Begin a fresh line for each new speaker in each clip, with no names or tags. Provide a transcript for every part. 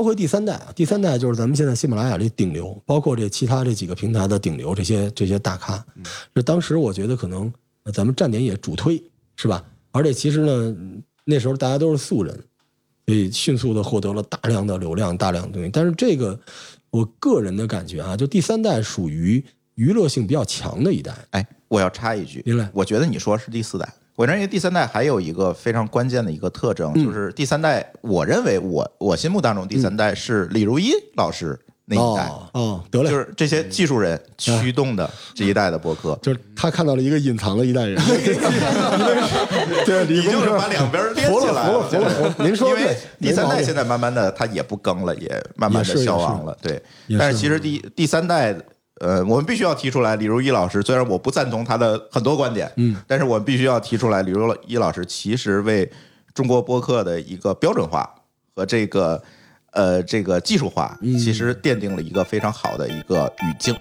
包括第三代，啊第三代就是咱们现在喜马拉雅这顶流，包括这其他这几个平台的顶流，这些这些大咖，
嗯
这当时我觉得可能呃咱们站点也主推是吧？而且其实呢，那时候大家都是素人，所以迅速的获得了大量的流量、大量的东西。但是这个我个人的感觉啊，就第三代属于娱乐性比较强的一代，
哎，我要插一句，
您来
我觉得你说是第四代，我认为第三代还有一个非常关键的一个特征，就是第三代，我认为我我心目当中第三代是李如一老师那一代，
哦哦，得嘞，
就
就是
是这些技术人驱动的这一代的播客。
他看到了一个隐藏的一代人， 对，理
你
工
就是
科
把两 边连
服
起来
了服了服了服了您说
因
的
为
对
第三
没毛
代
病
现在慢慢的它也不更了，也慢慢
也
的
是
消亡了，对
也是。
但是其实第第三代，呃，我们必须要提出来，李如一老师虽然我不赞同他的很多观点，嗯，但是我们必须要提出来，李如一老师其实为中国播客的一个标准化和这个呃这个技术化，
嗯
其实奠定了一个非常好的一个语境。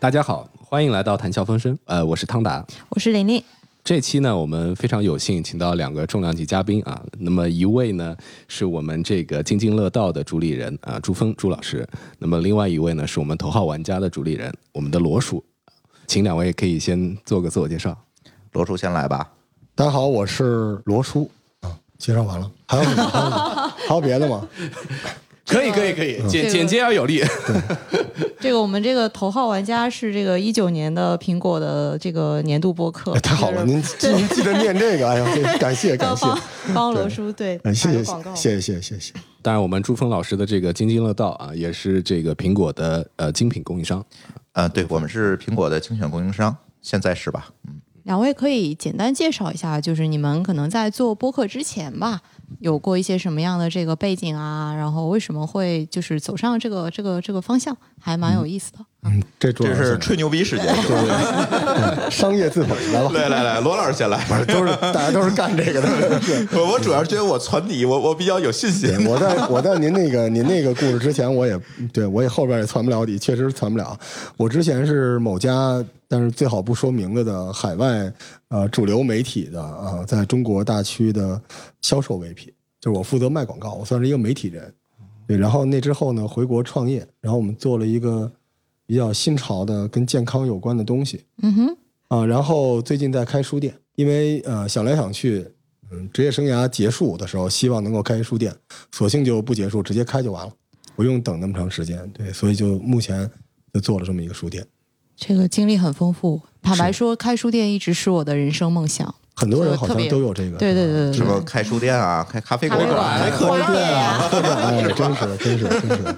大家好，欢迎来到谈笑风生。呃，我是汤达。
我是玲玲，
这期呢，我们非常有幸请到两个重量级嘉宾啊。那么一位呢，是我们这个津津乐道的主理人啊，朱峰朱老师。那么另外一位呢，是我们头号玩家的主理人，我们的罗叔。请两位可以先做个自我介绍。
罗叔先来吧，
大家好，我是罗叔啊，介绍完了，还有还有别的 吗？
可以，可以，可以，简
这个
简洁而有力。
这个我们这个头号玩家是这个一九年的苹果的这个年度播客，
哎，太好了，您记您记得念这个，哎 呀，这感谢感
要
谢，
帮 帮罗叔对
哎，谢谢
打个广告
谢谢谢谢谢谢，
当然，我们朱峰老师的这个津津乐道啊，也是这个苹果的呃精品供应商。
呃，对我们是苹果的精选供应商，现在是吧？嗯。
两位可以简单介绍一下，就是你们可能在做播客之前吧，有过一些什么样的这个背景啊？然后为什么会就是走上这个这个这个方向，还蛮有意思的。
嗯，这主要
这是吹牛逼时间，是吧
商业自捧来 吧，
来来来，罗老师先来。
反正都是大家都是干这个的。对
我我主要是觉得我传底，我我比较有信
对，
心。
我在我在您那个您那个故事之前，我也对我也后边也攒不了底，确实攒不了。我之前是某家，但是最好不说名字的海外呃主流媒体的啊、呃在中国大区的销售 VP，就是我负责卖广告，我算是一个媒体人。对，然后那之后呢，回国创业，然后我们做了一个比较新潮的跟健康有关的东西，
嗯哼，
啊，然后最近在开书店，因为呃想来想去，嗯，职业生涯结束的时候，希望能够开一书店，索性就不结束，直接开就完了，不用等那么长时间。对，所以就目前就做了这么一个书店。
这个经历很丰富。坦白说，开书店一直是我的人生梦想。
很多人好
特
像
别
都有这个，
对对对对
什么
对，
开书店
嗯
啊，开咖啡
咖
馆
啡
啊，开
馆、
课
花店呀，
对吧，哎，真是真是真是，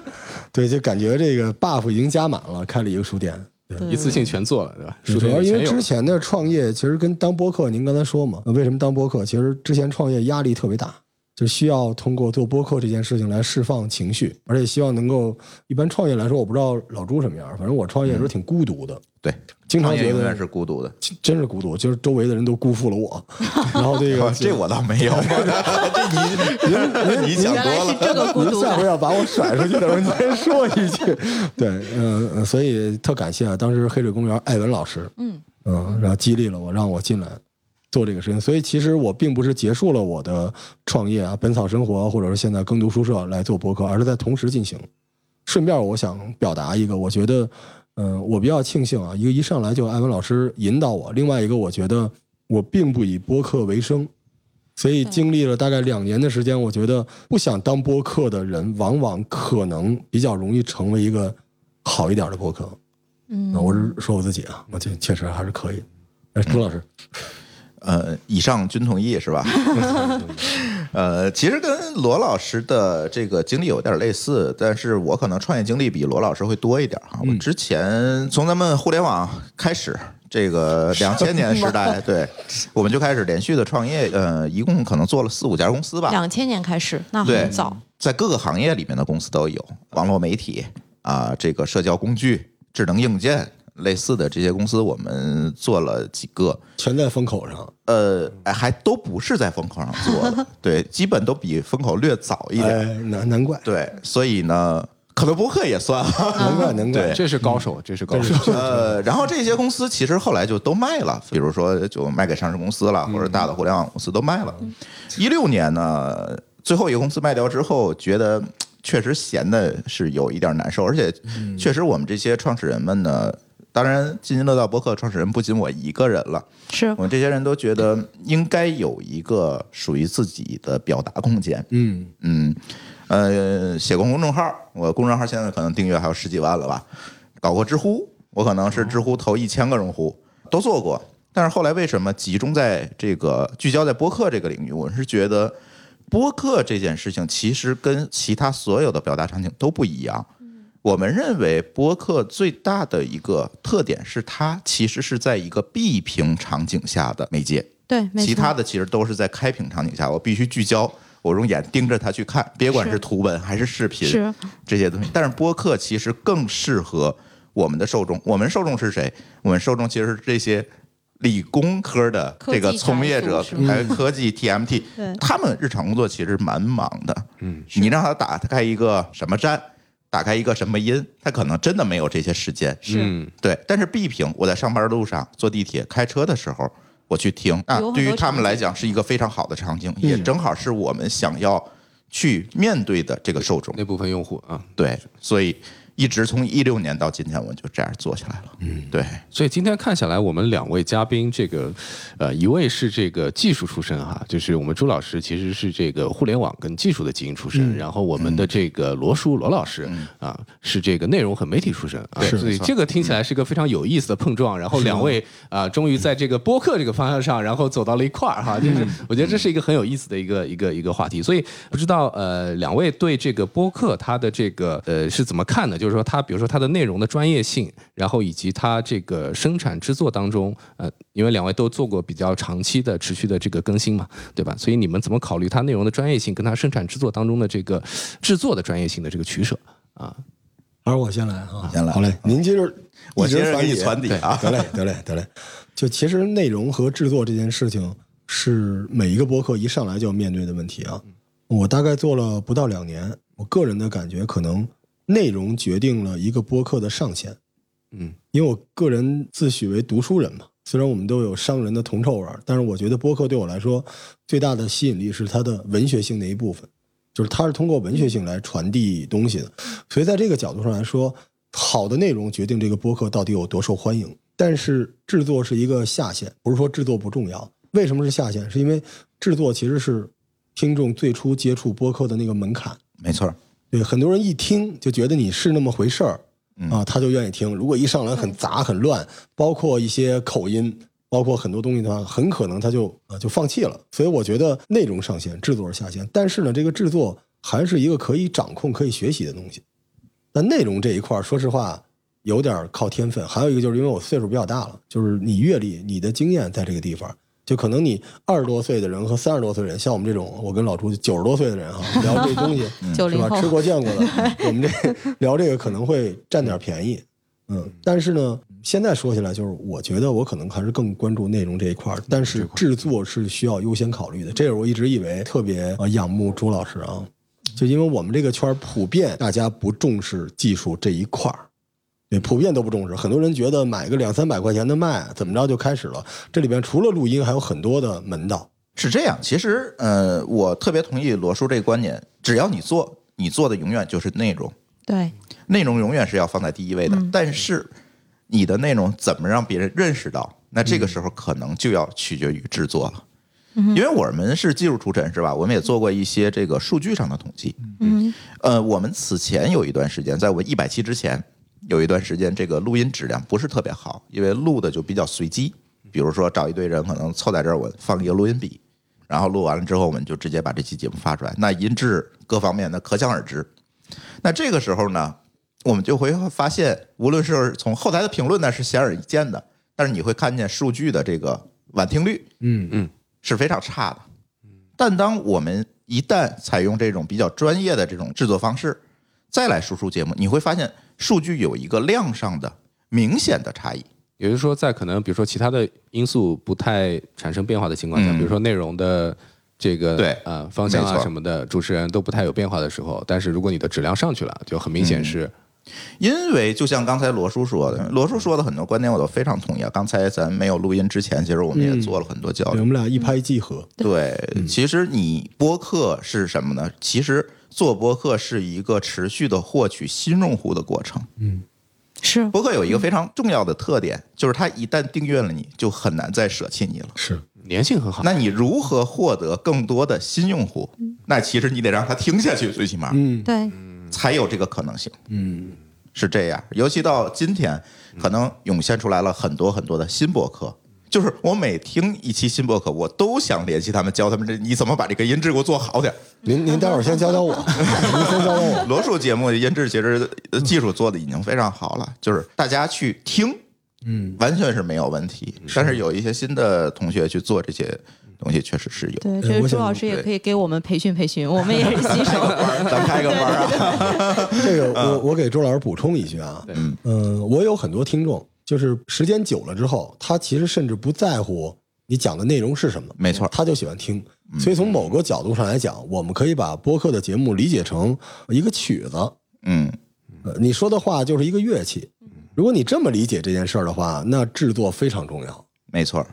对，就感觉这个 buff 已经加满了，开了一个书店。对
对
一次性全做了，对吧？
主
书
要
店
因为
全有
之前的创业其实跟当播客，您刚才说嘛，呃为什么当播客？其实之前创业压力特别大，就需要通过做播客这件事情来释放情绪，而且希望能够。一般创业来说，我不知道老朱什么样，反正我创业的时候挺孤独的，
对，哎
经常
创业
觉
永
得
远是孤独的。
真真是孤独，就是周围的人都辜负了 我。然后这
啊
个
这我倒没有， 这你你想
原来
多
是
了。
这个孤
您
独
下回
感。
要把我甩出去的时候，您先说一 句。对，嗯、呃，所以特感谢啊，当时黑水公园艾文老师，
嗯
嗯，然后激励了我，让我进来做这个事情。所以其实我并不是结束了我的创业啊，本草生活，或者说现在耕读书社来做博客，而是在同时进行。顺便，我想表达一个，我觉得，嗯、我比较庆幸啊，一个一上来就艾文老师引导我，另外一个我觉得我并不以播客为生，所以经历了大概两年的时间，我觉得不想当播客的人，往往可能比较容易成为一个好一点的播客。
嗯
那，我是说我自己啊，我觉得确实还是可以。哎，朱老师，
呃，以上均同意是 吧？呃，其实跟罗老师的这个经历有点类似，但是我可能创业经历比罗老师会多一点哈。
嗯
我之前从咱们互联网开始，这 个两千年时代，对，我们就开始连续的创业，呃，一共可能做了四五家公司吧。
两千年开始，那
对
很早。
在各个行业里面的公司都有，网络媒体啊、这个社交工具、智能硬件、类似的这些公司，我们做了几个，
全在风口上。
呃，哎还都不是在风口上做的，对，基本都比风口略早一点。
哎，难难怪，
对，所以呢，可能博客也算。
难怪，难怪
对。
这是高手，这是高手。
呃，然后这些公司其实后来就都卖了，比如说就卖给上市公司了，或者大的互联网公司都卖了。一六年呢，最后一个公司卖掉之后，觉得嗯确实闲的是有一点难受，而且确实我们这些创始人们呢，当然津津乐道播客创始人不仅我一个人了，
是
我们这些人都觉得应该有一个属于自己的表达空间。
嗯，
嗯，呃，写过公众号，我公众号现在可能订阅还有十几万了吧。搞过知乎，我可能是知乎头一千个用户都做过，但是后来为什么集中在这个聚焦在播客这个领域？我是觉得播客这件事情其实跟其他所有的表达场景都不一样。我们认为播客最大的一个特点是，它其实是在一个闭屏场景下的媒介。
对，没错
其他的其实都是在开屏场景下，我必须聚焦，我用眼盯着它去看，别管
是
是图文还是视频
是
这些东西。但是播客其实更适合我们的受众，我们受众是谁？我们受众其实是这些理工科的
科技
这个从业者
宅族是，吗嗯
还有科技 TMT，
对
他们日常工作其实蛮忙的。
嗯，
你让他打开一个什么站，打开一个什么音，他可能真的没有这些时间。
是、
嗯，
对，但是 B 屏，我在上班路上、坐地铁、开车的时候，我去听，那
有很多
对于他
场景
们来讲是一个非常好的场
嗯
景，也正好是我们想要去面对的这个受众。
那部分用户啊，
对，所以一直从一六年到今天，我就这样做下来了。嗯，对，
所以今天看下来，我们两位嘉宾，这个，呃，一位是这个技术出身哈，就是我们朱老师其实是这个互联网跟技术的精英出
嗯
身，然后我们的这个罗叔罗老师、啊是这个内容和媒体出身啊，
是
所以这个听起来是一个非常有意思的碰撞。然后两位
嗯
啊、终于在这个播客这个方向上，然后走到了一块儿哈，就是我觉得这是一个很有意思的一个一个一个话题。所以不知道呃，两位对这个播客它的这个呃是怎么看的？就是说它，比如说它的内容的专业性，然后以及它这个生产制作当中，呃，因为两位都做过比较长期的持续的这个更新嘛，对吧？所以你们怎么考虑它内容的专业性跟它生产制作当中的这个制作的专业性的这个取舍啊？
还是我先来啊，
先来
好嘞，您接着，
我
一直
接着给你
底
传底啊。
得嘞，得嘞，得嘞。就其实内容和制作这件事情是每一个播客一上来就要面对的问题啊。我大概做了不到两年，我个人的感觉可能内容决定了一个播客的上限。
嗯，
因为我个人自诩为读书人嘛，虽然我们都有商人的铜臭味儿，但是我觉得播客对我来说最大的吸引力是它的文学性的一部分，就是它是通过文学性来传递东西的。所以在这个角度上来说，好的内容决定这个播客到底有多受欢迎。但是制作是一个下限，不是说制作不重要。为什么是下限？是因为制作其实是听众最初接触播客的那个门槛。
没错，
对，很多人一听就觉得你是那么回事儿
嗯
啊，他就愿意听。如果一上来很杂很乱，包括一些口音，包括很多东西的话，很可能他就呃就放弃了。所以我觉得内容上限，制作是下限，但是呢，这个制作还是一个可以掌控、可以学习的东西。但内容这一块儿，说实话有点儿靠天分，还有一个就是因为我岁数比较大了，就是你阅历、你的经验在这个地方。就可能你二十多岁的人和三十多岁的人，像我们这种，我跟老朱九十多岁的人哈，聊这东西，
嗯
九
是
零
吧？
后
吃过见 过的，我们这聊这个可能会占点便宜，嗯。但是呢，现在说起来，就是我觉得我可能还是更关注内容这一块儿，但是制作是需要优先考虑的。这是我一直以为特别呃仰慕朱老师啊，就因为我们这个圈儿普遍大家不重视技术这一块儿。对，普遍都不重视。很多人觉得买个两三百块钱的麦，怎么着就开始了。这里边除了录音，还有很多的门道。
是这样。其实，呃，我特别同意罗叔这个观点，只要你做，你做的永远就是内容。
对
内容永远是要放在第一位的，但是你的内容怎么让别人认识到？那这个时候可能就要取决于制作了，因为我们是技术出身，是吧？我们也做过一些这个数据上的统计。
嗯，
呃，我们此前有一段时间，在我们一百期之前，有一段时间这个录音质量不是特别好，因为录的就比较随机。比如说找一堆人，可能凑在这儿，我放一个录音笔，然后录完了之后，我们就直接把这期节目发出来。那音质各方面的可想而知。那这个时候呢，我们就会发现，无论是从后台的评论呢，是显而易见的，但是你会看见数据的这个晚听率
嗯
嗯
是非常差的。但当我们一旦采用这种比较专业的这种制作方式，再来输出节目，你会发现数据有一个量上的明显的差异。
也就是说，在可能比如说其他的因素不太产生变化的情况下，
嗯
比如说内容的这个
对
呃方向
没
啊
错
什么的，主持人都不太有变化的时候，但是如果你的质量上去了，就很明
嗯
显是、
因为就像刚才罗叔说的，罗叔说的很多观点我都非常同意啊。刚才咱没有录音之前，其实我们也做了很多交
对
流。
我们俩一拍即合，
对，其实你播客是什么呢？其实做播客是一个持续的获取新用户的过程。
是
嗯
播客有一个非常重要的特点，就是它一旦订阅了你，就很难再舍弃你了。
是
粘性很好。
那你如何获得更多的新用户？那其实你得让他听下去，最起码
嗯
对，
才有这个可能性。嗯，是这样。尤其到今天，可能涌现出来了很多很多的新博客。就是我每听一期新博客，我都想联系他们，教他们这你怎么把这个音质给我做好点儿。
您您待会儿先教教我，您先教教我，
罗叔节目的音质其实呃技术做的已经非常好了，就是大家去听，嗯，完全是没有问题。但是有一些新的同学去做这些东西，确实是有。
对，
嗯我
这个朱
想
老师也
对
可以给我们培训培训，我们也是新手。
咱开个班儿啊，
这个我
嗯
我给周老师补充一句啊，
对
嗯、我有很多听众，就是时间久了之后，他其实甚至不在乎你讲的内容是什么，
没错嗯
他就喜欢听。所以从某个角度上来讲，我们可以把播客的节目理解成一个曲子，
嗯，
呃你说的话就是一个乐器。如果你这么理解这件事儿的话，那制作非常重要。
没错儿，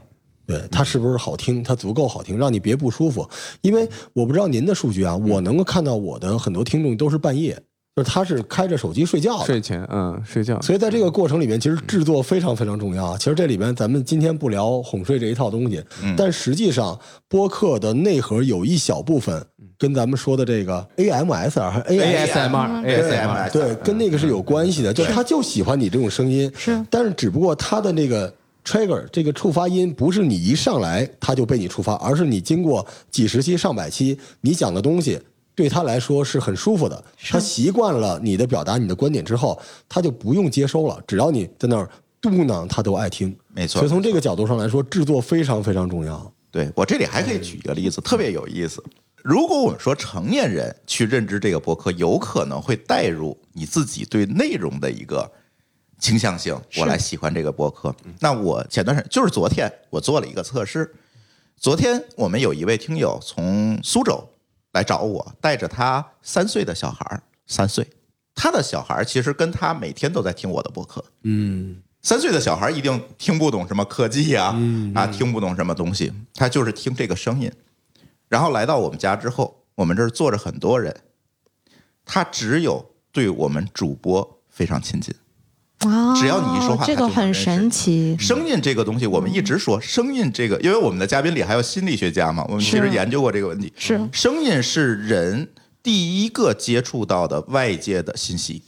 对它是不是好听？它足够好听，让你别不舒服。因为我不知道您的数据啊，我能够看到我的很多听众都是半夜，就是他是开着手机睡觉的。
睡前嗯睡觉，
所以在这个过程里面，其实制作非常非常重要啊。其实这里边咱们今天不聊哄睡这一套东西，但实际上播客的内核有一小部分跟咱们说的这个 AMSR 啊还是
ASMR
对
ASMR
对，跟那个是有关系的。就他就喜欢你这种声音，
是
但是只不过他的那个 trigger 这个触发音不是你一上来他就被你触发，而是你经过几十期、上百期，你讲的东西对他来说是很舒服的，他习惯了你的表达、你的观点之后，他就不用接收了，只要你在那儿嘟囔，他都爱听。
没错
所以从这个角度上来说，制作非常非常重要。
对我这里还可以举一个例子，特别有意思。如果我们说成年人去认知这个博客，有可能会带入你自己对内容的一个倾向性，我来喜欢这个博客。那我前段时间就是昨天，我做了一个测试。昨天我们有一位听友从苏州来找我，带着他三岁的小孩儿，三岁，他的小孩儿其实跟他每天都在听我的博客，三岁的小孩一定听不懂什么科技呀、啊，听不懂什么东西，他就是听这个声音。然后来到我们家之后，我们这儿坐着很多人，他只有对我们主播非常亲近。
哇
只要你一说话
哦
他
这
就
个
能
很
认识
神
你
奇。
声音这个东西，我们一直说声音这个，因为我们的嘉宾里还有心理学家嘛，我们其实
是
研究过这个问题。
是
声音是人第一个接触到的外界的信息。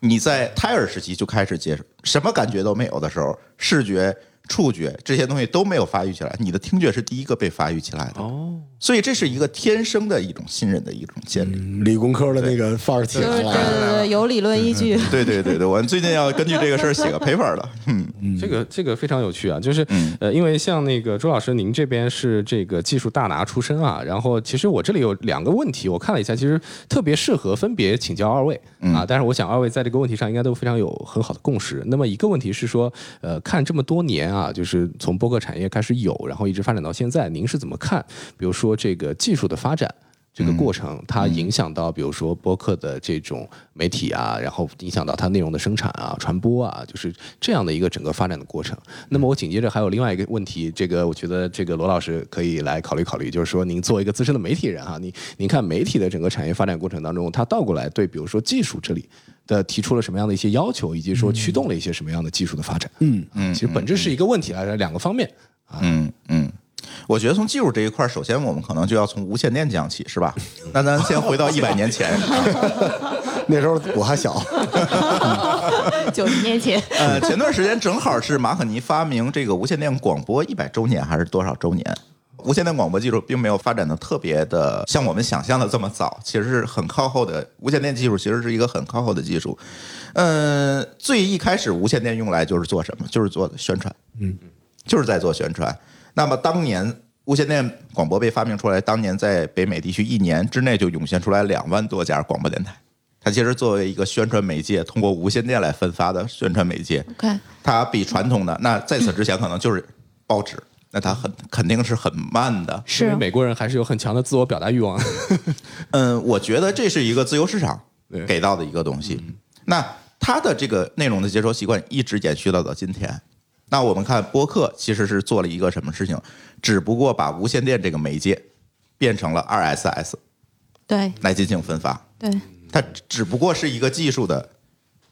你在胎儿时期就开始接触，什么感觉都没有的时候，视觉、触觉这些东西都没有发育起来，你的听觉是第一个被发育起来的。哦，所以这是一个天生的一种信任的一种建立。
嗯理工科的那个范儿起
就是
来
对
了。
对对，有理论依据。
对对对对，我们最近要根据这个事儿写个 paper 了。嗯，
这个这个非常有趣啊，就是、呃，因为像那个周老师，您这边是这个技术大拿出身啊，然后其实我这里有两个问题，我看了一下，其实特别适合分别请教二位、啊，但是我想二位在这个问题上应该都非常有很好的共识。那么一个问题是说，呃，看这么多年啊，就是从播客产业开始有，然后一直发展到现在，您是怎么看？比如说这个技术的发展。这个过程，它影响到比如说播客的这种媒体啊，然后影响到它内容的生产啊、传播啊，就是这样的一个整个发展的过程。那么我紧接着还有另外一个问题，这个我觉得这个罗老师可以来考虑考虑，就是说您作为一个资深的媒体人啊，您您看媒体的整个产业发展过程当中，它倒过来对比如说技术这里的提出了什么样的一些要求，以及说驱动了一些什么样的技术的发展？嗯嗯，其实本质是一个问题来两个方面。
嗯，嗯， 我觉得从技术这一块儿，首先我们可能就要从无线电讲起，是吧？那咱先回到一百年前，
那时候我还小，
九十 年前，
呃，前段时间正好是马可尼发明这个无线电广播一百周年还是多少周年？无线电广播技术并没有发展的特别的像我们想象的这么早，其实是很靠后的。无线电技术其实是一个很靠后的技术。嗯，最一开始无线电用来就是做什么？就是做宣传，嗯，就是在做宣传。那么当年无线电广播被发明出来，当年在北美地区一年之内就涌现出来两万多家广播电台。它其实作为一个宣传媒介，通过无线电来分发的宣传媒介，
OK，
它比传统的那在此之前可能就是报纸，那它很肯定是很慢的。
因为
是啊
美国人还是有很强的自我表达欲望。
嗯，我觉得这是一个自由市场
对
给到的一个东西。那它的这个内容的接收习惯一直延续到到今天。那我们看播客其实是做了一个什么事情，只不过把无线电这个媒介变成了 RSS
对
来进行分发，
对，
它只不过是一个技术的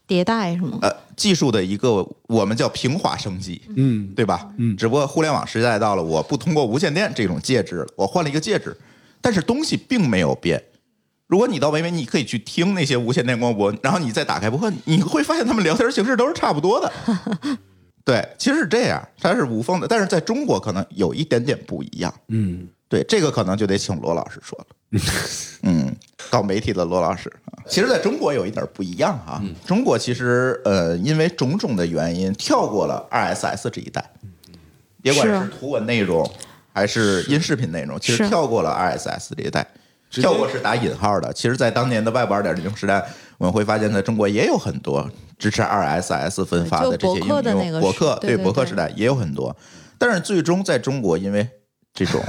迭代是吗？
呃技术的一个我们叫平滑升级，
嗯，
对吧？
嗯
只不过互联网时代到了，我不通过无线电这种介质了，我换了一个介质，但是东西并没有变。如果你到维维，你可以去听那些无线电广播，然后你再打开播客，你会发现他们聊天形式都是差不多的。对，其实是这样，它是无缝的，但是在中国可能有一点点不一样。
嗯，
对，这个可能就得请罗老师说了。嗯，搞媒体的罗老师，啊其实在中国有一点不一样啊。中国其实呃，因为种种的原因，跳过了 RSS 这一代，别管
是啊
是图文内容还是音视频内容，其实
是
跳过了 RSS 这一代。
直接
跳过是打引号的，其实，在当年的 Web 二点零时代，我们会发现，在中国也有很多支持 RSS 分发的这些应
就博客的那
用，
个
博
时
客
对对
博客
对
时代也有很多，但是最终在中国，因为这种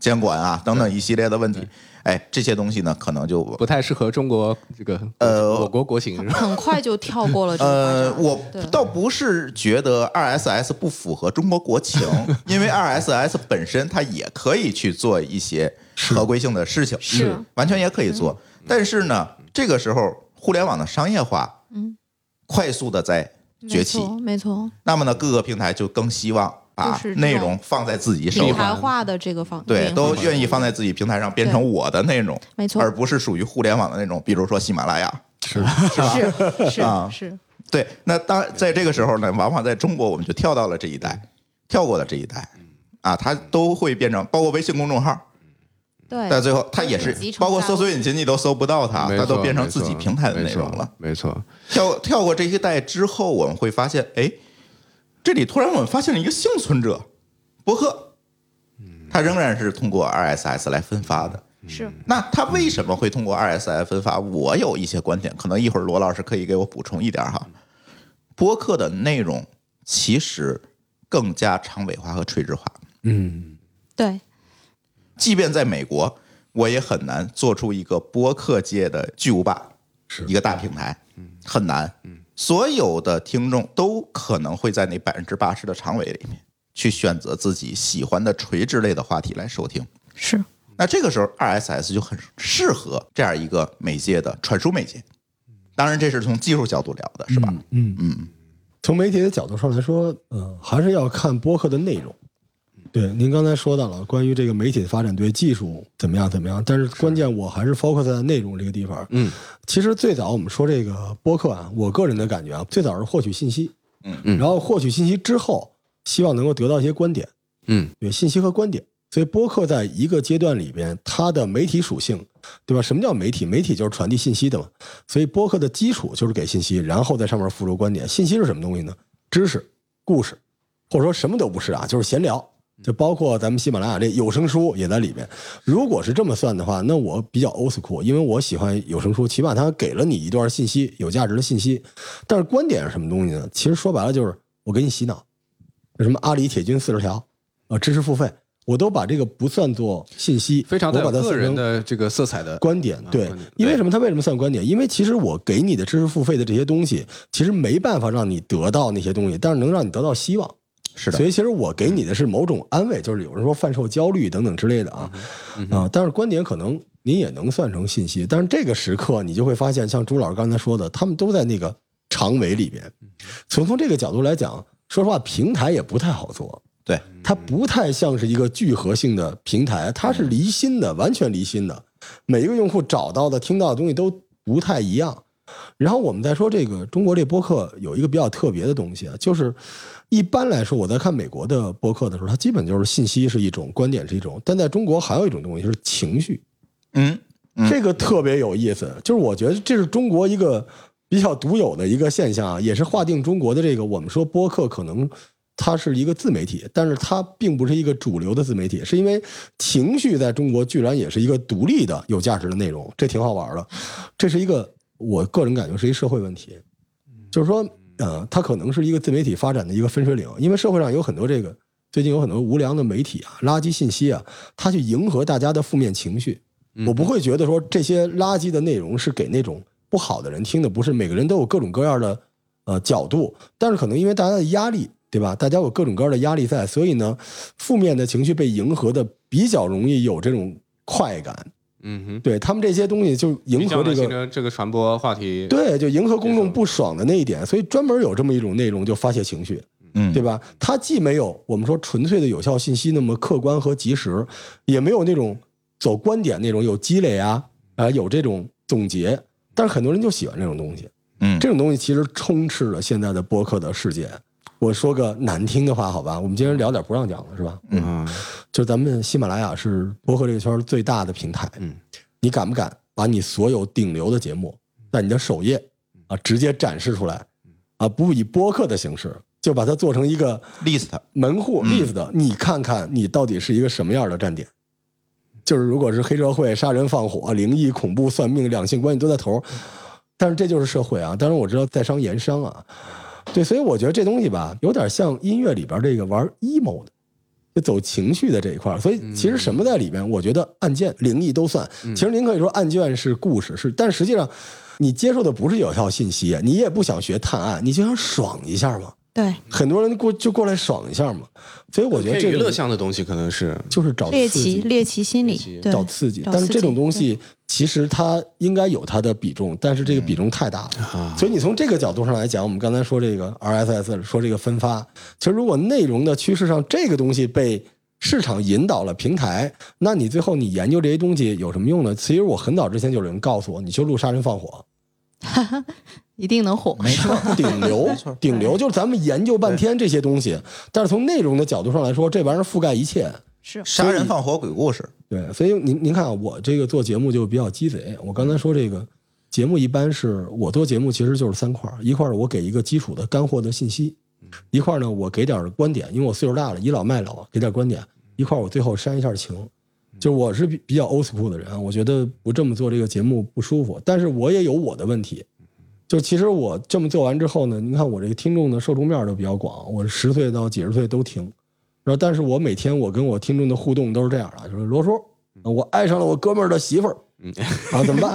监管啊等等一系列的问题，哎，这些东西呢，可能就
不太适合中国这个
呃
我国国情是吧？
很快就跳过了这
呃
个，发展
我
对
倒不是觉得 RSS 不符合中国国 情，因为 RSS 本身它也可以去做一些合规性的事情，
是
嗯完全也可以做。但是呢，这个时候互联网的商业化，
嗯，
快速的在崛起，
没错没错，
那么呢，各个平台就更希望把
就是这种
内容放在自己手
平
上，
台化的这个方
对，
变化
都愿意放在自己平台上变成我的内容，
没错
而不是属于互联网的那种，比如说喜马拉雅。
是是
啊
是
对，那当在这个时候呢，往往在中国我们就跳到了这一代，
嗯
跳过了这一代，啊，它都会变成包括微信公众号，
对
但最后它也是
集成
包括
在
搜索引擎你都搜不到它，
没
它都
错
变成
没
自己
错
平台的内容
没
了
错。没错，
跳跳过这一代之后，我们会发现，哎，这里突然我们发现了一个幸存者，博客，
嗯
它仍然是通过 RSS 来分发的。
是
那它为什么会通过 RSS 分发？我有一些观点，可能一会儿罗老师可以给我补充一点哈。播客的内容其实更加长尾化和垂直化，
对
即便在美国，我也很难做出一个播客界的巨无霸，一个大平台，很难。所有的听众都可能会在那百分之八十的长尾里面，去选择自己喜欢的垂直类的话题来收听。
是
那这个时候，RSS 就很适合这样一个媒介的传输媒介。当然，这是从技术角度聊的，是吧？
嗯
嗯，
从媒体的角度上来说，嗯，还是要看播客的内容。对，您刚才说到了关于这个媒体的发展对技术怎么样怎么样，但是关键我还是 focus 在内容这个地方。
嗯，
其实最早我们说这个播客啊，我个人的感觉啊，最早是获取信息，
嗯
嗯
然后获取信息之后，希望能够得到一些观点，
嗯，
对信息和观点。所以播客在一个阶段里边，它的媒体属性，对吧？什么叫媒体？媒体就是传递信息的嘛。所以播客的基础就是给信息，然后在上面附着观点。信息是什么东西呢？知识、故事，或者说什么都不是啊，就是闲聊。就包括咱们喜马拉雅这有声书也在里面。如果是这么算的话，那我比较 old school，因为我喜欢有声书，起码它给了你一段信息，有价值的信息。但是观点是什么东西呢？其实说白了就是我给你洗脑，什么阿里铁军四十条，啊，知识付费，我都把这个不算作信息，
非常
我
带
把
有
它
个
算成
人的这个色彩的
观点，对
啊观点，
因为
对
什么？它为什么算观点？因为其实我给你的知识付费的这些东西，其实没办法让你得到那些东西，但是能让你得到希望。
是的
所。以其实我给你的是某种安慰，就是有人说贩售焦虑等等之类的啊
嗯
啊，但是观点可能您也能算成信息，但是这个时刻你就会发现，像朱老师刚才说的，他们都在那个长尾里边。
嗯
从从这个角度来讲，说实话，平台也不太好做。
对，
它不太像是一个聚合性的平台，它是离心的，完全离心的。每一个用户找到的、听到的东西都不太一样。然后我们再说这个中国这播客有一个比较特别的东西啊，就是一般来说我在看美国的播客的时候，它基本就是信息是一种，观点是一种，但在中国还有一种东西就是情绪，
嗯，
这个特别有意思，就是我觉得这是中国一个比较独有的一个现象啊，也是划定中国的这个我们说播客可能它是一个自媒体，但是它并不是一个主流的自媒体，是因为情绪在中国居然也是一个独立的有价值的内容，这挺好玩的。这是一个我个人感觉是一社会问题，就是说，呃，它可能是一个自媒体发展的一个分水岭，因为社会上有很多这个最近有很多无良的媒体啊、垃圾信息啊，它去迎合大家的负面情绪。我不会觉得说这些垃圾的内容是给那种不好的人听的，不是每个人都有各种各样的呃角度，但是可能因为大家的压力，对吧？大家有各种各样的压力在，所以呢，负面的情绪被迎合的比较容易有这种快感。
嗯哼，
对他们这些东西就迎合这
形
个，
成这个传播话题，
对，就迎合公众不爽的那一点，所以专门有这么一种内容就发泄情绪，
嗯，
对吧？它既没有我们说纯粹的有效信息那么客观和及时，也没有那种走观点那种有积累啊，啊、有这种总结，但是很多人就喜欢这种东西，
嗯
这种东西其实充斥了现在的播客的世界。我说个难听的话，好吧，我们今天聊点不让讲的是吧？
嗯
就咱们喜马拉雅是博客这个圈儿最大的平台，
嗯，
你敢不敢把你所有顶流的节目在你的首页啊直接展示出来啊？不以播客的形式，就把它做成一个
list，
门户 list，、你看看你到底是一个什么样的站点。就是如果是黑社会、杀人放火、灵异、恐怖、算命、两性关系都在头儿，但是这就是社会啊。当然我知道在商言商啊，对，所以我觉得这东西吧，有点像音乐里边这个玩 emo 的，就走情绪的这一块儿。所以其实什么在里边，我觉得案件、灵异都算。其实您可以说案件是故事，是，但实际上你接受的不是有效信息，你也不想学探案，你就想爽一下嘛。
对，
很多人过就过来爽一下嘛，所以我觉得这
偏娱乐
个
向的东西可能是
就是找
猎
刺
奇
激，
猎奇心理
猎奇，
对，
找刺激。
找
但是
刺
这种
激
东西其实它应该有它的比重，但是这个比重太大了。所以你从这个角度上来讲，我们刚才说这个 RSS 说这个分发，其实如果内容的趋势上这个东西被市场引导了平台，那你最后你研究这些东西有什么用呢？其实我很早之前就有人告诉我，你就录杀人放火，
一定能火。
没错，
顶流
没错，
顶流就是咱们研究半天这些东西，但是从内容的角度上来说，这玩意儿覆盖一切。
是
杀人放火鬼故事，
对，所以您您看啊，我这个做节目就比较鸡贼。我刚才说这个节目一般是我做节目其实就是三块儿，一块儿我给一个基础的干货的信息，一块儿呢我给点儿观点，因为我岁数大了，倚老卖老，啊给点儿观点，一块儿我最后煽一下情。就是我是比比较 old school 的人啊，我觉得不这么做这个节目不舒服，但是我也有我的问题。就其实我这么做完之后呢，您看我这个听众的受众面儿都比较广，我十岁到几十岁都听。然后，但是我每天我跟我听众的互动都是这样的，就是罗叔，我爱上了我哥们儿的媳妇儿，啊，怎么办？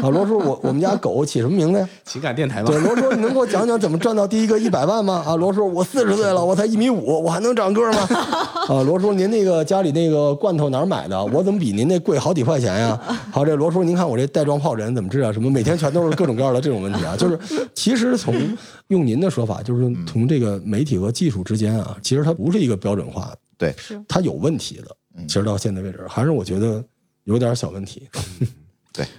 啊，罗叔，我我们家狗起什么名字呀？
情感电台嘛
对，，罗叔，你能给我讲讲怎么赚到第一个一百万吗？啊，罗叔，我四十岁了，我才一米五，我还能长个儿吗？啊，罗叔，您那个家里那个罐头哪儿买的？我怎么比您那贵好几块钱呀？好，这罗叔，您看我这带状疱疹怎么治啊？什么每天全都是各种各样的这种问题啊？就是其实从用您的说法，就是从这个媒体和技术之间啊，其实它不是一个标准化的，
对，
它有问题的。其实到现在为止，还是我觉得有点小问题。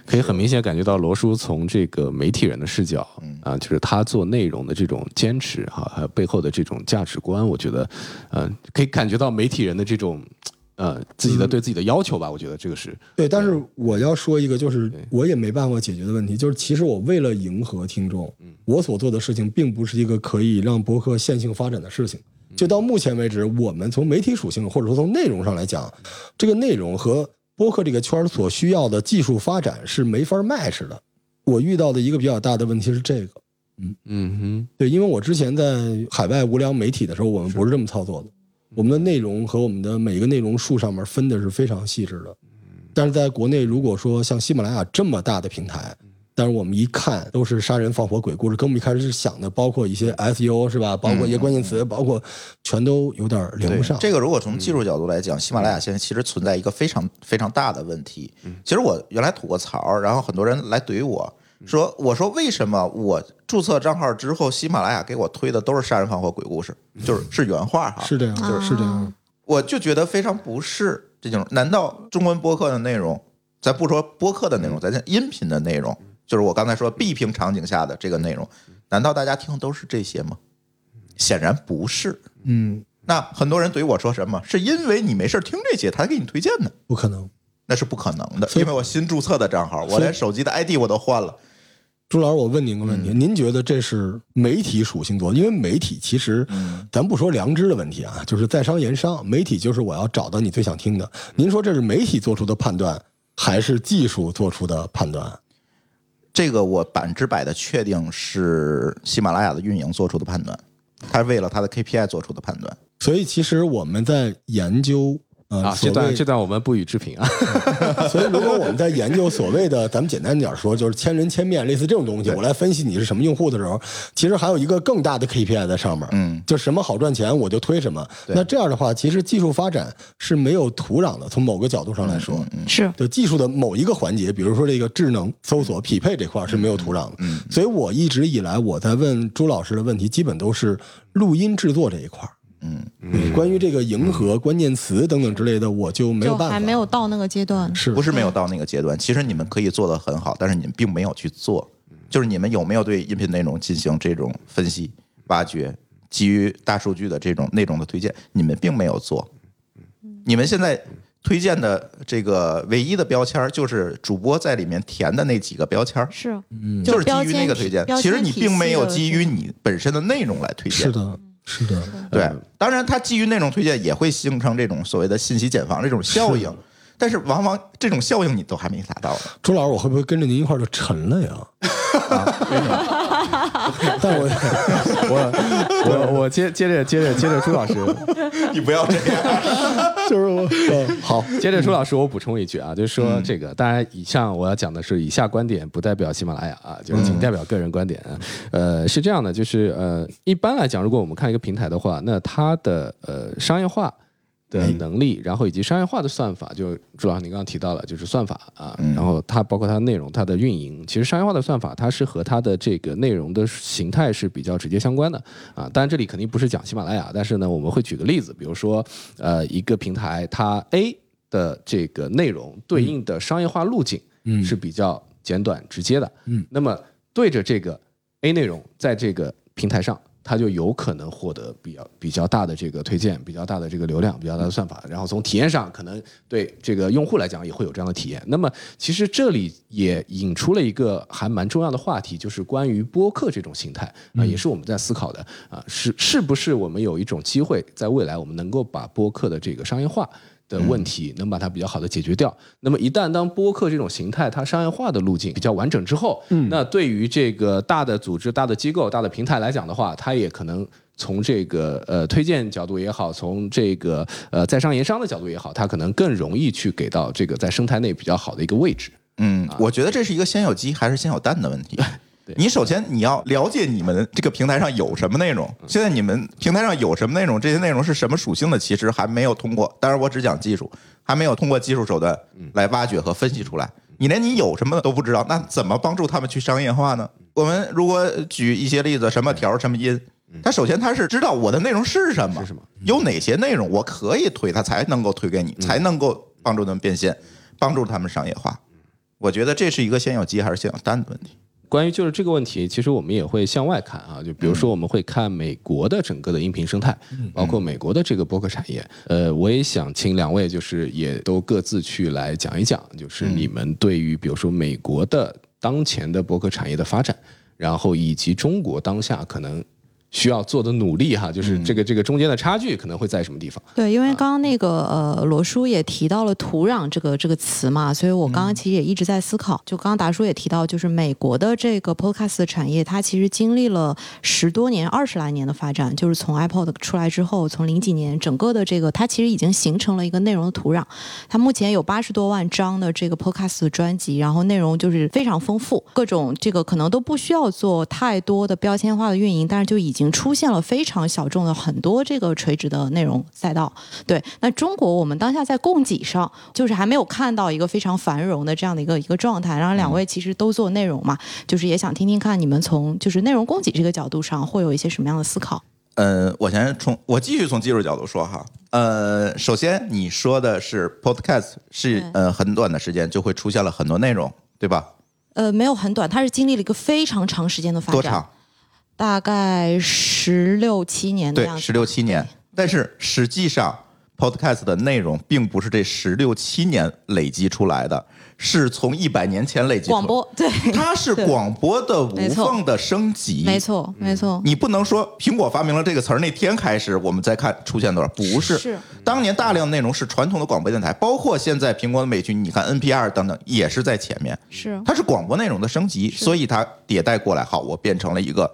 可以很明显感觉到罗叔从这个媒体人的视角
嗯
啊，就是他做内容的这种坚持哈，还有背后的这种价值观，我觉得，呃，可以感觉到媒体人的这种，呃，自
嗯
己的对自己的要求吧，我觉得这个是，
对，但是我要说一个，就是我也没办法解决的问题，就是其实我为了迎合听众，我所做的事情并不是一个可以让博客线性发展的事情。就到目前为止，我们从媒体属性或者说从内容上来讲，这个内容和播客这个圈儿所需要的技术发展是没法 match 的。我遇到的一个比较大的问题是这个，
嗯哼，
对，因为我之前在海外无良媒体的时候，我们不是这么操作的。我们的内容和我们的每一个内容树上面分的是非常细致的。但是在国内，如果说像喜马拉雅这么大的平台，但是我们一看都是杀人放火鬼故事，跟我们一开始想的，包括一些 SEO 是吧？包括一些关键词，包括全都有点连
对
不上。嗯
这个如果从技术角度来讲，喜马拉雅现在其实存在一个非常非常大的问题。
嗯
其实我原来吐过槽，然后很多人来怼我说，我说为什么我注册账号之后，喜马拉雅给我推的都是杀人放火鬼故事，就是是原话哈，
是这样，
就是
是这样。
我就觉得非常不适。这种难道中文播客的内容，咱不说播客的内
嗯
容，咱讲音频的内容，就是我刚才说 B 屏场景下的这个内容，难道大家听的都是这些吗？显然不是。
嗯，
那很多人怼我说什么？是因为你没事儿听这些，他给你推荐的，
不可能。
那是不可能的。
所以
因为我新注册的账号，
所
我
以
连手机的 ID 我都换了。
朱老师，我问您个
嗯
问题，您觉得这是媒体属性多？因为媒体其实，
嗯
咱不说良知的问题啊，就是在商言商，媒体就是我要找到你最想听的。您说这是媒体做出的判断，还是技术做出的判断？
这个我百分之百的确定是喜马拉雅的运营做出的判断，他是为了他的 KPI 做出的判断。
所以其实我们在研究呃，
啊，
所
这段
谓
这段我们不予置评啊。
所以，如果我们在研究所谓的，咱们简单点说，就是千人千面，类似这种东西，我来分析你是什么用户的时候，其实还有一个更大的 KPI 在上面，
嗯，
就什么好赚钱我就推什么。那这样的话，其实技术发展是没有土壤的，从某个角度上来说，
嗯
是
就技术的某一个环节，比如说这个智能搜索匹配这块儿是没有土壤的。
嗯
所以我一直以来我在问朱老师的问题，基本都是录音制作这一块儿。
嗯，
关于这个迎合关键词等等之类的，我就没有
就
办法。
还没有到那个阶段。
是
不是没有到那个阶段？其实你们可以做得很好，但是你们并没有去做。
嗯
就是你们有没有对音频内容进行这种分析、
嗯
挖掘，基于大数据的这种内容的推荐，你们并没有做。
嗯
嗯你们现在推荐的这个唯一的标签儿就是主播在里面填的那几个标签儿，
是，
嗯就
嗯就是
基
标
于
签
那个
体
推荐
标。
其实
签
你
体
并
系
没有
的
基
这
于你本身的内容来推荐。
是的，嗯是的。
对，当然它基于内容推荐也会形成这种所谓的信息茧房这种效应，但是往往这种效应你都还没达到呢。
朱老师，我会不会跟着您一块儿就沉了呀？啊 但我
我我我接接着接着接着朱 老师，
你不要这样，
就是我、呃好，
接着朱老师，我补充一句啊，就是说这个，当然以上我要讲的是以下观点不代表喜马拉雅啊，就是仅代表个人观点。呃，是这样的，就是呃，一般来讲，如果我们看一个平台的话，那它的呃商业化。的能力，然后以及商业化的算法，就朱老师您刚刚提到了，就是算法啊，然后它包括它的内容、它的运营，其实商业化的算法它是和它的这个内容的形态是比较直接相关的啊。当然这里肯定不是讲喜马拉雅，但是呢，我们会举个例子，比如说呃一个平台它 A 的这个内容对应的商业化路径
嗯
是比较简短直接的，
嗯，
那么对着这个 A 内容，在这个平台上，它就有可能获得比较比较大的这个推荐，比较大的这个流量，比较大的算法。然后从体验上，可能对这个用户来讲也会有这样的体验。那么其实这里也引出了一个还蛮重要的话题，就是关于播客这种形态啊、
嗯
也是我们在思考的啊，是是不是我们有一种机会，在未来我们能够把播客的这个商业化。的问题能把它比较好的解决掉。那么一旦当播客这种形态它商业化的路径比较完整之后，那对于这个大的组织、大的机构、大的平台来讲的话，它也可能。从这个呃推荐角度也好，从这个呃在商言商的角度也好，它可能更容易去给到这个在生态内比较好的一个位置。
嗯，
啊
我觉得这是一个先有鸡还是先有蛋的问 题。你首先你要了解你们这个平台上有什么内容，
嗯
现在你们平台上有什么内容，这些内容是什么属性的，其实还没有通过。当然，我只讲技术，还没有通过技术手段来挖掘和分析出来。你连你有什么都不知道，那怎么帮助他们去商业化呢？
嗯
我们如果举一些例子，什么条儿什么音，他首先他是知道我的内容是什么，
嗯是什么嗯
有哪些内容我可以推，他才能够推给你，才能够帮助他们变现，帮助他们商业化。我觉得这是一个先有鸡还是先有蛋的问题。
关于就是这个问题，其实我们也会向外看啊，就比如说我们会看美国的整个的音频生态，包括美国的这个播客产业。呃，我也想请两位就是也都各自去来讲一讲，就是你们对于比如说美国的当前的播客产业的发展，然后以及中国当下可能需要做的努力哈，就是这个这个中间的差距可能会在什么地方？
对，因为
啊
刚刚那个呃罗叔也提到了“土壤”这个这个词嘛，所以我
嗯
刚刚其实也一直在思考。就刚刚达叔也提到，就是美国的这个 podcast 的产业，它其实经历了十多年、二十来年的发展。就是从 iPod 出来之后，从零几年整个的这个，它其实已经形成了一个内容的土壤。它目前有八十多万张的这个 podcast 的专辑，然后内容就是非常丰富，各种这个可能都不需要做太多的标签化的运营，但是就已经出现了非常小众的很多这个垂直的内容赛道。对，那中国我们当下在供给上，就是还没有看到一个非常繁荣的这样的一个一个状态。然后
嗯
两位其实都做内容嘛，就是也想听听看你们从就是内容供给这个角度上会有一些什么样的思考。
呃，我先从我继续从技术角度说哈。呃，首先你说的是 podcast 是
对
呃很短的时间就会出现了很多内容，对吧？
呃，没有很短，它是经历了一个非常长时间的发
多
展
长，？
大概十六七年的
对
样，子。
十六七年。但是实际上 podcast 的内容并不是这十六七年累积出来的，是从一百年前累积出来
广，播 对，
它是广播的无
没错
缝的升级，
没错没错，
你不能说苹果发明了这个词儿那天开始，我们再看出现多少，不是，
是
当年大量内容是传统的广播电台，包括现在苹果的美剧，你看 NPR 等等也是在前面，
是
它是广播内容的升级，所以它迭代过来，好，我变成了一个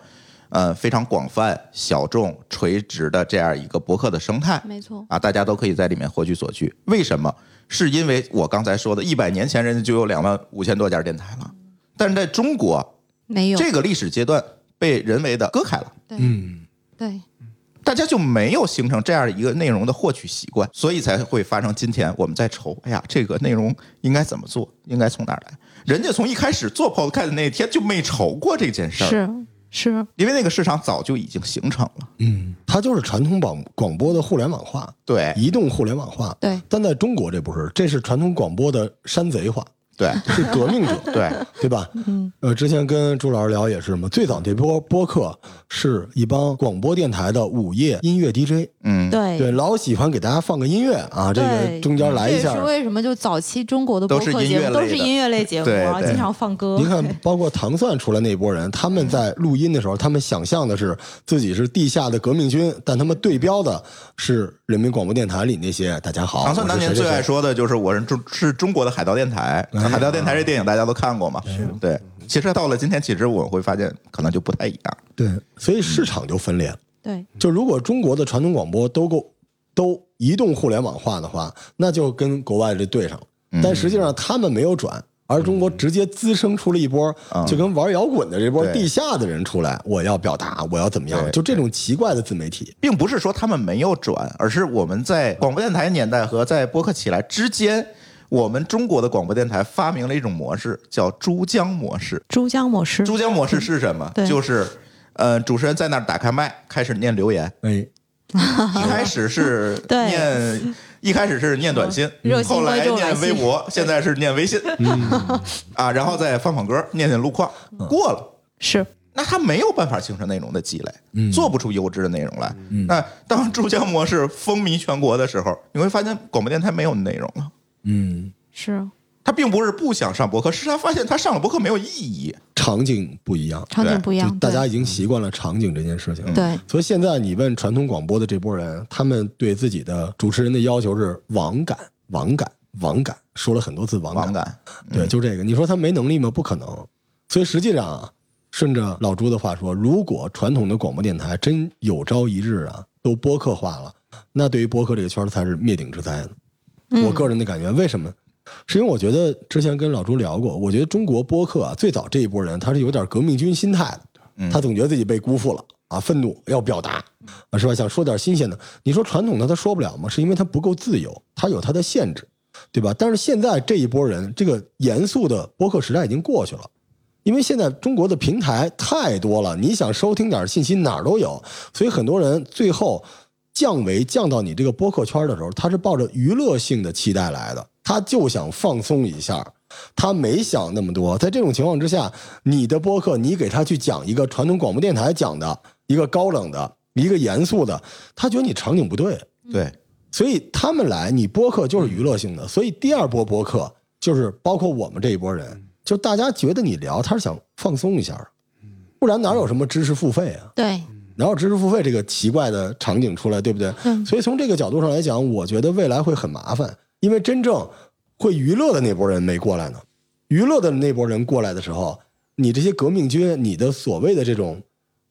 呃非常广泛、小众、垂直的这样一个博客的生态，
没错，
啊，大家都可以在里面获取所需。为什么？是因为我刚才说的，一百年前人家就有两万五千多家电台了，但是在中国
没有
这个历史阶段被人为的割开了。
对
嗯，
对
大家就没有形成这样一个内容的获取习惯，所以才会发生今天我们在愁，哎呀，这个内容应该怎么做，应该从哪儿来？人家从一开始做 podcast 那一天就没愁过这件事儿，
是是
因为那个市场早就已经形成了。
嗯，哎它就是传统广广播的互联网化，
对
移动互联网化。
对
但在中国这不是，这是传统广播的山贼化，
对
是革命者，
对，
对吧？嗯，呃，之前跟朱老师聊也是嘛，最早这波播客是一帮广播电台的午夜音乐 DJ，
嗯，
对，
对。
老喜欢给大家放个音乐啊，这个
哎对
中间来
这
一
也
下
是。为什么就早期中国的播
都是
客
音
节
乐
目都
类的
是音乐类节目，
对
然后
对
经常放歌。
你看，包括糖蒜出来那波人，他们在录音的时候，他们想象的是自己是地下的革命军，但他们对标的是人民广播电台里那些“大家好”。
唐僧当年
我是谁谁
最爱
谁
说的就是我是中是中国的海盗电台，海盗电台这电影大家都看过嘛？对，其实到了今天，其实我会发现可能就不太一样。
对，所以市场就分裂了。
对
就如果中国的传统广播都够都移动互联网化的话，那就跟国外这对上了。
嗯
但实际上他们没有转，而中国直接滋生出了一波，就跟玩摇滚的这波
嗯对
地下的人出来，我要表达，我要怎么样，
对
就这种奇怪的自媒体。
并不是说他们没有转，而是我们在广播电台年代和在播客起来之间，我们中国的广播电台发明了一种模式，叫珠江模式。
珠江模式，
珠江模式是什么？
对
就是，呃，主持人在那儿打开麦，开始念留 言。
哎，
一开始是
对嗯
念，一开始是念短信
热，心
后来
观众来
念
信嗯
微 博，现在是念微信，啊，然后再放放歌，念念路况，过了。
是
那他没有办法形成内容的积累，
嗯
做不出优质的内容来。那当珠江模式风靡全国的时候，你会发现广播电台没有内容了。
嗯，
是
他并不是不想上博客，是他发现他上了博客没有意义。
场景不一样，
场
对
景不一
就
样，
大
对嗯
家已经习惯了场景这件事情。
对
所以现在你问传统广播的这波人，他们对自己的主持人的要求是网感、网感、网感，说了很多次网感。
网感，
对，就这个。你说他没能力吗？不可能。所以实际上啊，顺着老朱的话说，如果传统的广播电台真有朝一日啊都播客化了，那对于播客这个圈儿才是灭顶之灾呢。
嗯
我个人的感觉，为什么？是因为我觉得之前跟老朱聊过，我觉得中国播客啊，最早这一波人他是有点革命军心态的，他总觉得自己被辜负了啊，愤怒要表达啊，是吧？想说点新鲜的。你说传统的他说不了吗？是因为他不够自由，他有他的限制，对吧？但是现在这一波人，这个严肃的播客时代已经过去了。因为现在中国的平台太多了，你想收听点信息哪儿都有，所以很多人最后降维降到你这个播客圈的时候，他是抱着娱乐性的期待来的，他就想放松一下，他没想那么多。在这种情况之下，你的播客你给他去讲一个传统广播电台讲的一个高冷的、一个严肃的，他觉得你场景不对，
对，
所以他们来，你播客就是娱乐性的，所以第二波播客就是包括我们这一波人，就大家觉得你聊，他是想放松一下，不然哪有什么知识付费啊？
对
哪有知识付费这个奇怪的场景出来，对不对？
嗯
所以从这个角度上来讲，我觉得未来会很麻烦，因为真正会娱乐的那波人没过来呢。娱乐的那波人过来的时候，你这些革命军，你的所谓的这种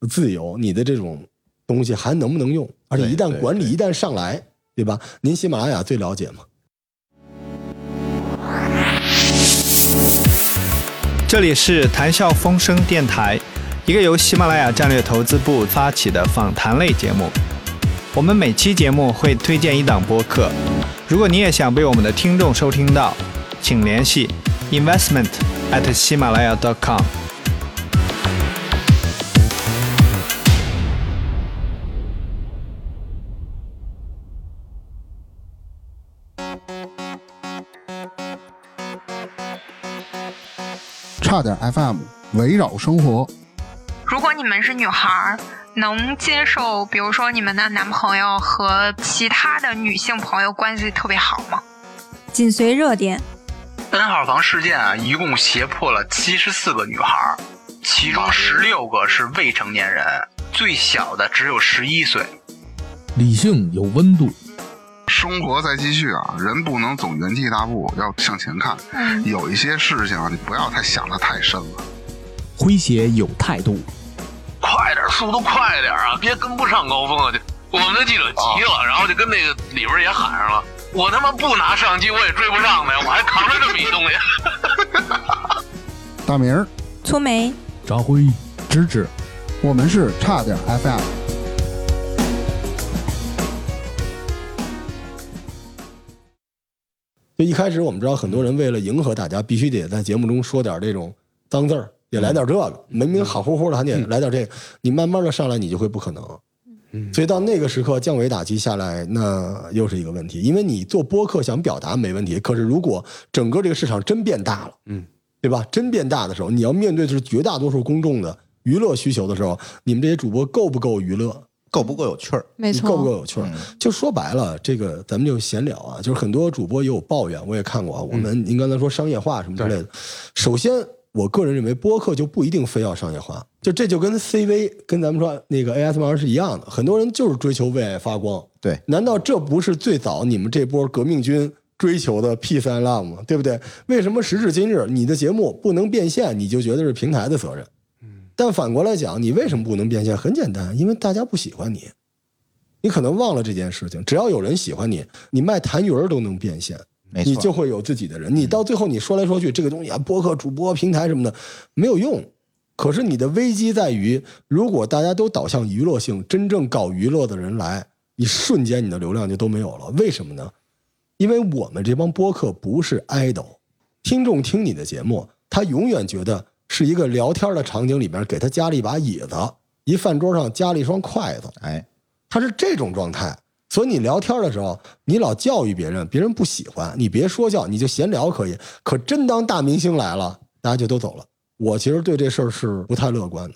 自由，你的这种东西还能不能用？而且一旦
对
管理一旦上来，对吧？您喜马拉雅最了解嘛？
这里是谈笑风生电台，一个由喜马拉雅战略投资部发起的访谈类节目。我们每期节目会推荐一档播客，如果你也想被我们的听众收听到，请联系 investment at 喜马拉雅 .com。
差点 FM 围绕生活，如果你们是女孩儿，能接受，比如说你们的男朋友和其他的女性朋友关系特别好吗？
紧随热点，
n 号房事件啊，一共胁迫了七十四个女孩儿，其中十六个是未成年人，最小的只有十一岁。
理性有温度，
生活在继续啊，人不能总原地踏步，要向前看。
嗯
有一些事情啊，你不要太想的太深了。
诙谐有态度，
快点，速度快点啊！别跟不上高峰啊！就我们的记者急了，然后就跟那个里边也喊上了：“我他妈不拿相机我也追不上的，我还扛着这么一东西。
大明儿，
粗眉，
张辉，芝芝，
我们是差点 FM。
就一开始我们知道很多人为了迎合大家，必须得在节目中说点这种脏字儿，也来点这个，明明好乎乎的，还得来点这个。你慢慢的上来，你就会不可能。所以到那个时刻降维打击下来，那又是一个问题，因为你做播客想表达没问题，可是如果整个这个市场真变大了，
嗯，
对吧？真变大的时候，你要面对的是绝大多数公众的娱乐需求的时候，你们这些主播够不够娱乐？
够不够有趣儿？
没
你
错，
够不够有趣儿？就说白了，这个咱们就闲聊啊，就是很多主播也有抱怨，我也看过啊。我们您刚才说商业化什么之类的，首先我个人认为播客就不一定非要商业化，就这就跟 CV 跟咱们说那个 ASMR 是一样的，很多人就是追求为爱发光。
对，
难道这不是最早你们这波革命军追求的 peace and love 吗？对不对？为什么时至今日你的节目不能变现，你就觉得是平台的责任？但反过来讲，你为什么不能变现？很简单，因为大家不喜欢你。你可能忘了这件事情，只要有人喜欢你，你卖痰盂儿都能变现，
没错，
你就会有自己的人。你到最后你说来说去，这个东西啊，播客、主播、平台什么的没有用。可是你的危机在于，如果大家都导向娱乐性，真正搞娱乐的人来，你瞬间你的流量就都没有了。为什么呢？因为我们这帮播客不是 idol，听众听你的节目，他永远觉得是一个聊天的场景里面给他加了一把椅子，一饭桌上加了一双筷子，
哎，
他是这种状态。所以你聊天的时候，你老教育别人，别人不喜欢，你别说教，你就闲聊可以。可真当大明星来了，大家就都走了。我其实对这事儿是不太乐观的，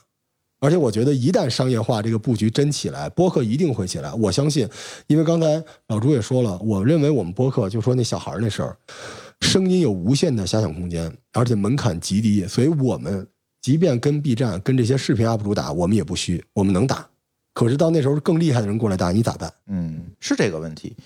而且我觉得一旦商业化这个布局真起来，播客一定会起来。我相信，因为刚才老朱也说了，我认为我们播客就说那小孩儿那事儿，声音有无限的遐想空间，而且门槛极低，所以我们即便跟 B 站、跟这些视频 UP 主打，我们也不虚，我们能打。可是到那时候更厉害的人过来打，你咋办？
嗯，是这个问题。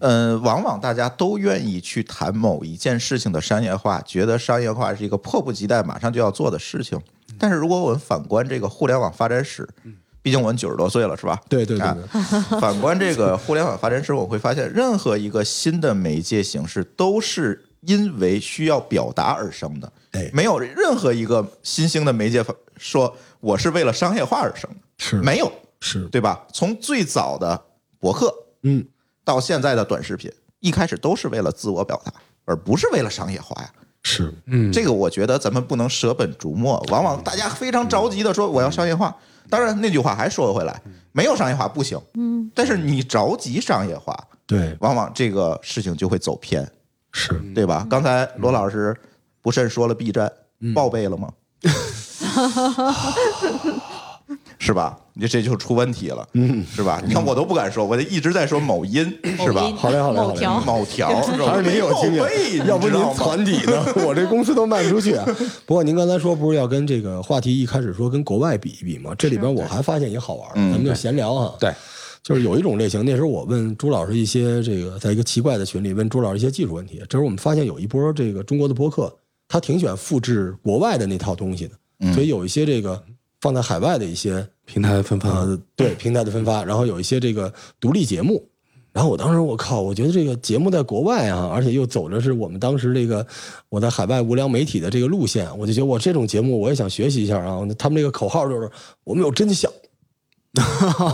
呃，往往大家都愿意去谈某一件事情的商业化，觉得商业化是一个迫不及待、马上就要做的事情。但是如果我们反观这个互联网发展史，毕竟我们九十多岁了，是吧？
对对对
啊
对，
反观这个互联网发展史，我会发现，任何一个新的媒介形式都是因为需要表达而生的
哎，
没有任何一个新兴的媒介发说我是为了商业化而生的，
是
没有，
是，
对吧？从最早的博客
嗯，
到现在的短视频，一开始都是为了自我表达，而不是为了商业化呀。
是
嗯，
这个我觉得咱们不能舍本逐末。往往大家非常着急的说我要商业化，当然那句话还说回来，
嗯
没有商业化不行。
嗯，
但是你着急商业化，
对，
往往这个事情就会走偏，
是
对吧？刚才罗老师不慎说了 B 站
嗯
报 备了吗？是吧？你这就出问题了，嗯，是吧？你看我都不敢说，我就一直在说某音，是吧？
好嘞好嘞好嘞
某条
某条，
还是您有经
报备
验，要不您
你知道吗
攒底呢？我这公司都卖不出去 啊。不过您刚才说不是要跟这个话题一开始说跟国外比一比吗？这里边我还发现一个好玩儿，
嗯
咱们就闲聊啊。
对，
就是有一种类型，那时候我问朱老师一些这个，在一个奇怪的群里问朱老师一些技术问题。这时候我们发现有一波这个中国的播客，他挺喜欢复制国外的那套东西的，
嗯
所以有一些这个放在海外的一些
平台分发，
呃，对平台的分发，然后有一些这个独立节目。然后我当时我靠，我觉得这个节目在国外啊，而且又走的是我们当时这个我在海外无良媒体的这个路线，我就觉得我这种节目我也想学习一下啊。他们这个口号就是我们有真相，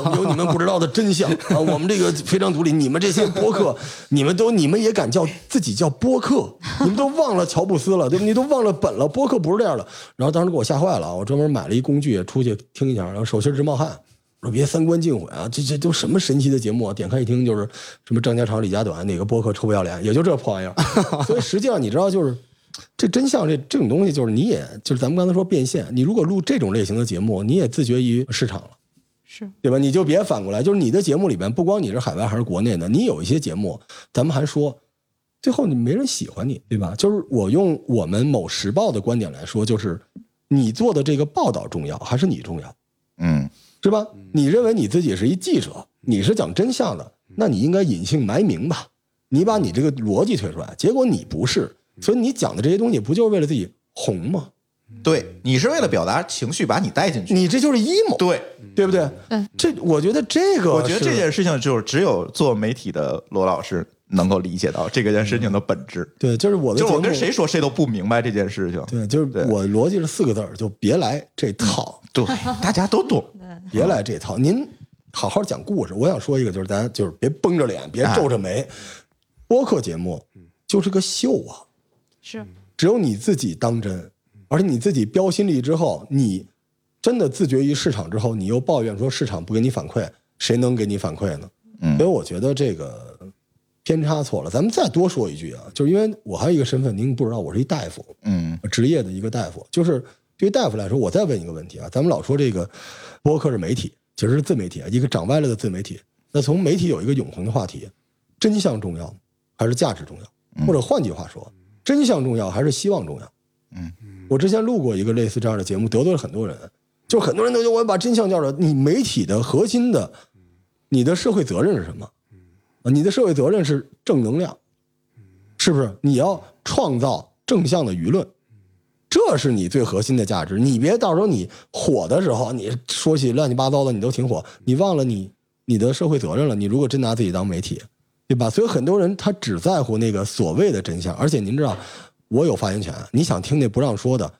我 们有你们不知道的真相啊！我们这个非常独立，你们这些播客，你们都你们也敢叫自己叫播客，你们都忘了乔布斯了，对不对？你都忘了本了，播客不是这样的。然后当时给我吓坏了啊，我专门买了一工具出去听一下，然后手心直冒汗。我说别三观尽毁啊！这这都什么神奇的节目啊！点开一听就是什么张家长、李家短，哪个播客臭不要脸，也就这破玩意儿。所以实际上你知道，就是这真相这这种东西，就是你也就是咱们刚才说变现，你如果录这种类型的节目，你也自绝于市场了，
是
对吧？你就别反过来，就是你的节目里边，不光你是海外还是国内的，你有一些节目，咱们还说，最后你没人喜欢你，对吧？就是我用我们某时报的观点来说，就是你做的这个报道重要还是你重要？
嗯，
是吧？你认为你自己是一记者，你是讲真相的，
嗯
那你应该隐姓埋名吧？你把你这个逻辑推出来，结果你不是，
嗯
所以你讲的这些东西不就是为了自己红吗？
对，你是为了表达情绪，把你带进去，
你这就是 emo，
对
对不对？
嗯，
这我觉得这个，
我觉得这件事情就是只有做媒体的罗老师能够理解到这个件事情的本质。
对，就是我的，
就是我跟谁说谁都不明白这件事情。
对，就是我逻辑是四个字儿，就别来这套。
对， 大家都懂，
别来这套。您好好讲故事。我想说一个，就是咱就是别绷着脸，别皱着眉。播客节目就是个秀啊，
是
只有你自己当真，而且你自己标新立之后，你真的自觉于市场之后，你又抱怨说市场不给你反馈，谁能给你反馈呢？
嗯
所以我觉得这个偏差错了。咱们再多说一句啊，就是因为我还有一个身份，您不知道，我是一大夫，
嗯，
职业的一个大夫。就是对于大夫来说，我再问一个问题啊，咱们老说这个播客是媒体，其实是自媒体啊，一个长歪了的自媒体。那从媒体有一个永恒的话题：真相重要吗还是价值重要？或者换句话说，真相重要还是希望重要？
嗯，
我之前录过一个类似这样的节目，得罪了很多人，就是很多人都觉得我要把真相叫出来。你媒体的核心的，你的社会责任是什么？啊，你的社会责任是正能量，是不是？你要创造正向的舆论，这是你最核心的价值。你别到时候你火的时候，你说起乱七八糟的，你都挺火，你忘了你你的社会责任了。你如果真拿自己当媒体，对吧？所以很多人他只在乎那个所谓的真相，而且您知道，我有发言权，你想听那不让说的。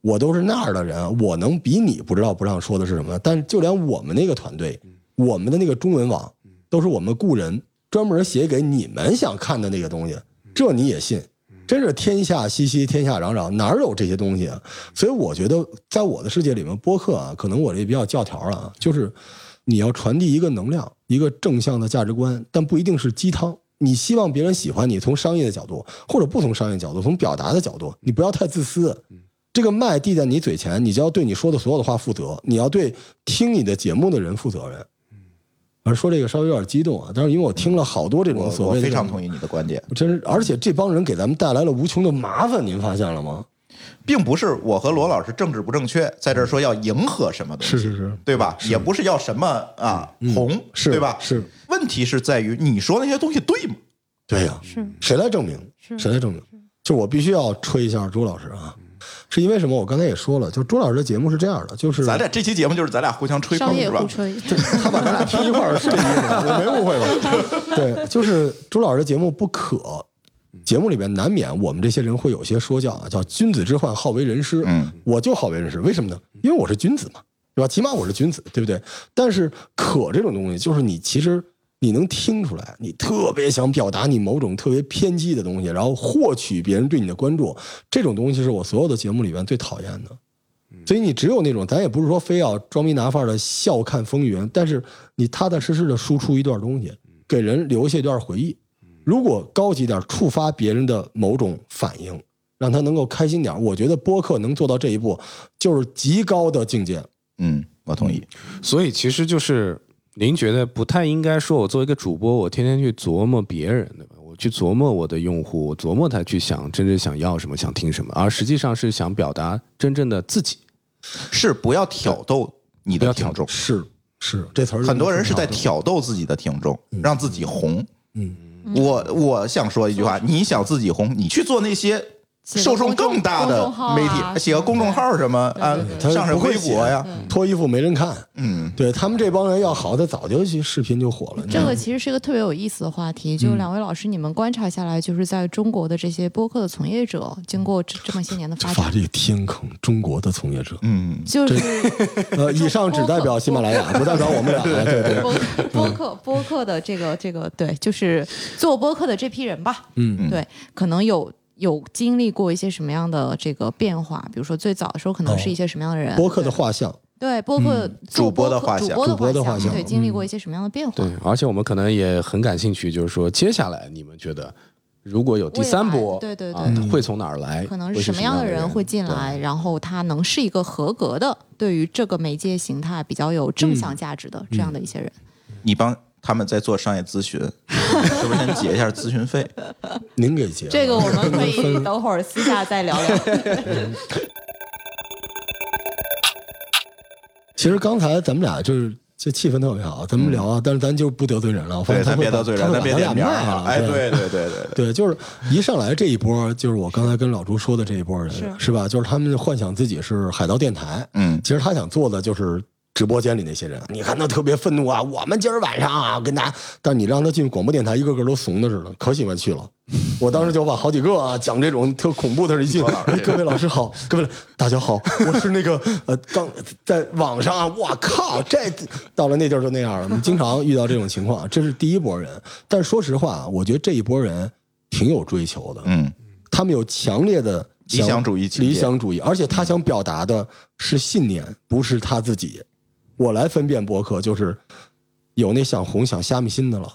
我都是那样的人，我能比你不知道不让说的是什么？但是就连我们那个团队，我们的那个中文网，都是我们雇人专门写给你们想看的那个东西，这你也信？真是天下熙熙，天下攘攘，哪有这些东西啊？所以我觉得，在我的世界里面，播客啊，可能我这比较教条了啊，就是你要传递一个能量，一个正向的价值观，但不一定是鸡汤。你希望别人喜欢你，从商业的角度，或者不从商业角度，从表达的角度，你不要太自私。
嗯
这个麦递在你嘴前，你就要对你说的所有的话负责，你要对听你的节目的人负责任。
嗯
而说这个稍微有点激动啊，但是因为我听了好多这种
我
所
我
谓的
非常
这种
同意你的观点。
真是，而且这帮人给咱们带来了无穷的麻烦，您发现了吗？
并不是我和罗老师政治不正确，在这儿说要迎合什么东西，
是是，嗯
对吧？也不是要什么啊红，
是
对吧？
是。
问题是在于你说那些东西对吗？
对呀、
是
谁来证明？谁来证明？就我必须要吹一下朱老师啊，是因为什么？我刚才也说了，就朱老师的节目是这样的，就是
咱俩这期节目就是咱俩互相吹捧
商业
是吧
互？吹，
他把咱俩拼一块儿是这意思吗，我没误会吧？对，就是朱老师的节目不可，节目里边难免我们这些人会有些说教啊，叫君子之患好为人师。
嗯，
我就好为人师，为什么呢？因为我是君子嘛，对吧？起码我是君子，对不对？但是可这种东西，就是你其实你能听出来，你特别想表达你某种特别偏激的东西，然后获取别人对你的关注，这种东西是我所有的节目里边最讨厌的。所以你只有那种，咱也不是说非要装逼拿范儿的笑看风云，但是你踏踏实实的输出一段东
嗯
西，给人留下一段回忆。如果高级点儿，触发别人的某种反应，让他能够开心点儿，我觉得播客能做到这一步，就是极高的境界。
嗯，我同意。
所以其实就是您觉得不太应该说，我作为一个主播，我天天去琢磨别人，对吧？我去琢磨我的用户，我琢磨他去想真正想要什么，想听什么，而实际上是想表达真正的自己。
是不要挑逗你的听众，
是是，这词儿
很多人是在挑逗自己的听众，让自己红。
嗯，
我我想说一句话，你想自己红，你去做那些。
写个
受众更大
公
的
众号啊
媒
什么
体，
的
写个公众号什么啊
对对，
他
上上
不会啊
微博呀，
脱衣服没人看。
嗯，
对他们这帮人要好，他早就去视频就火了。
嗯这个其实是一个特别有意思的话题，就两位老师，你们观察下来，就是在中国的这些播客的从业者，经过这这么些年的发
发
展，
这个天坑，中国的从业者。
嗯，
就是
呃，以上只代表喜马拉雅，不代表我们俩。啊 对对对，
播播客播客的这个这个对，就是做播客的这批人吧，
嗯
对，可能有有经历过一些什么样的这个变化，比如说最早的时候可能是一些什么样的人，
播客的画像，
对播客做
主播的
客
画
主
像
播的
主播的画像
对，经历过一些什么样的变化
对，，而且我们可能也很感兴趣，就是说接下来你们觉得如果有第三波，
未来对对对
啊它会从哪儿来？
可能
会是
什么样
的
的人哎会进来，然后他能是一个合格的，对于这个媒介形态比较有正向价值的、这样的一些人。
你帮他们在做商业咨 询，是不是先结一下咨询费？
您给结
这个我们可 以等会儿私下再聊聊。
其实刚才咱们俩就是这气氛特别好，咱们聊
嗯
啊，但是咱就是不得罪人了，我发现
对，咱
会
别得罪人，
他会
咱
把
别
咱俩
点名
卖
啊
了！
哎，
对
对对对对
对，就是一上来这一波，就是我刚才跟老朱说的这一波人，
是
是吧？就是他们幻想自己是海盗电台，
嗯，
其实他想做的就是直播间里那些人。你看他特别愤怒啊，我们今儿晚上啊跟大家，但你让他进广播电台，一个个都怂的似的，可喜欢去了。我当时就把好几个啊讲这种特恐怖的人一进，各位老师好，各位大家好，我是那个呃刚在网上啊，我靠，这到了那地儿就那样了。我们经常遇到这种情况，这是第一波人。但说实话，啊我觉得这一波人挺有追求的，
嗯，
他们有强烈的
理想主义情节嗯
理想主义，而且他想表达的是信念，不是他自己。我来分辨博客，就是有那想红想虾米心的了，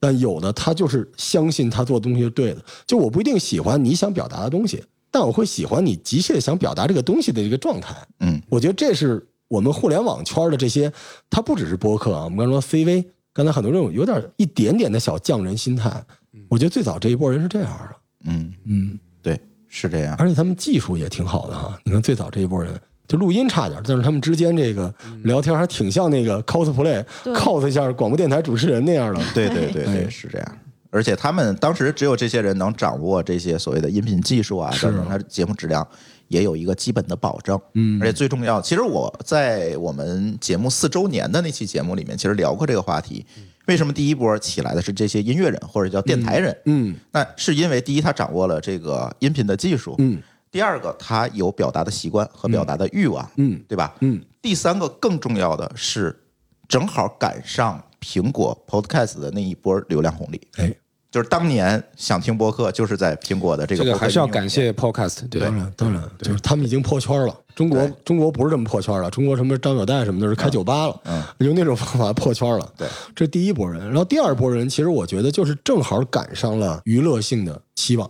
但有的他就是相信他做的东西是对的。就我不一定喜欢你想表达的东西，但我会喜欢你急切想表达这个东西的一个状态。
嗯，
我觉得这是我们互联网圈的这些，它不只是播客啊，我们刚说 CV，刚才很多人有有点一点点的小匠人心态。我觉得最早这一波人是这样的，
嗯
嗯，
对，是这样。
而且他们技术也挺好的哈。你看最早这一波人，就录音差点，但是他们之间这个聊天还挺像那个 cosplay，cos
对
一下广播电台主持人那样的。
对对对
哎
对，是这样。而且他们当时只有这些人能掌握这些所谓的音频技术啊，等等，他节目质量也有一个基本的保证。
嗯
而且最重要，其实我在我们节目四周年的那期节目里面，其实聊过这个话题。
嗯
为什么第一波起来的是这些音乐人或者叫电台人？
嗯，
那是因为第一，他掌握了这个音频的技术；
嗯，
第二个，他有表达的习惯和表达的欲望，
嗯，
对吧？
嗯，
第三个更重要的是，正好赶上苹果 Podcast 的那一波流量红利。
哎，
就是当年想听播客，就是在苹果的这个
这个
播客
还是要
应用
感谢 Podcast，对吧
当然，当然，就是他们已经破圈了。中国中国不是这么破圈了，中国什么张小戴什么的是开酒吧了，用那种方法破圈了。
对，
这第一波人，然后第二波人，其实我觉得就是正好赶上了娱乐性的期望。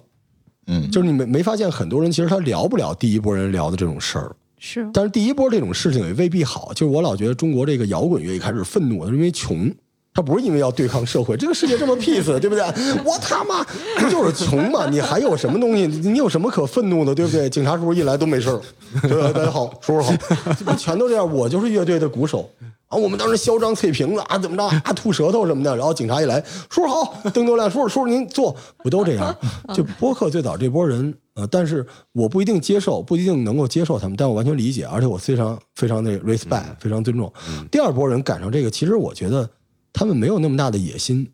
嗯，
就是你没没发现很多人其实他聊不了第一波人聊的这种事儿，
是，
但是第一波这种事情也未必好。就是我老觉得中国这个摇滚乐一开始愤怒，是因为穷。他不是因为要对抗社会，这个世界这么 peace，对不对？ 我他妈 不就是穷嘛？你还有什么东西？你有什么可愤怒的，对不对？警察叔叔一来都没事儿，对吧？大家好，叔叔好，这不全都这样？我就是乐队的鼓手啊！我们当时嚣张碎瓶子啊，怎么着啊，吐舌头什么的。然后警察一来，叔叔好，灯都亮，叔叔叔叔您坐，不都这样？就播客最早这波人呃，但是我不一定接受，不一定能够接受他们，但我完全理解，而且我非常非常的 respect，、非常尊重。第二波人赶上这个，其实我觉得他们没有那么大的野心，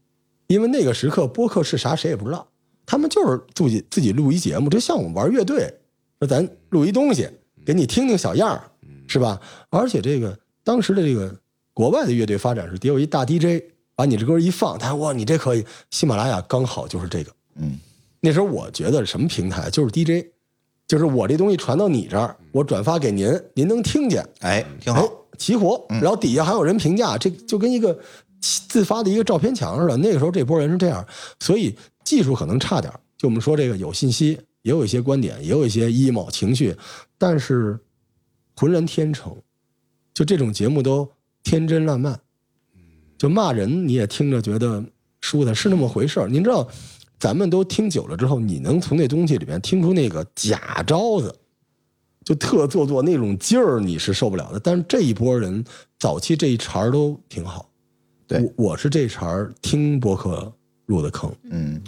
因为那个时刻播客是啥谁也不知道，他们就是自己自己录一节目，就像我们玩乐队，说咱录一东西给你听听小样儿，是吧？而且这个当时的这个国外的乐队发展是，得有一大 DJ 把你这歌一放，他说哇你这可以，喜马拉雅刚好就是这个，
嗯，
那时候我觉得什么平台就是 DJ，就是我这东西传到你这儿，我转发给您，您能听见，
哎，
嗯
挺好，
齐活。然后底下还有人评价，这就跟一个自发的一个照片墙似的。那个时候这波人是这样，所以技术可能差点儿。就我们说这个有信息，也有一些观点，也有一些 emo 情绪，但是浑然天成，就这种节目都天真烂漫，就骂人你也听着觉得舒坦，是那么回事儿。您知道，咱们都听久了之后，你能从那东西里面听出那个假招子，就特做作那种劲儿，你是受不了的。但是这一波人，早期这一茬儿都挺好。
对
我，我是这茬儿听播客入的坑。
嗯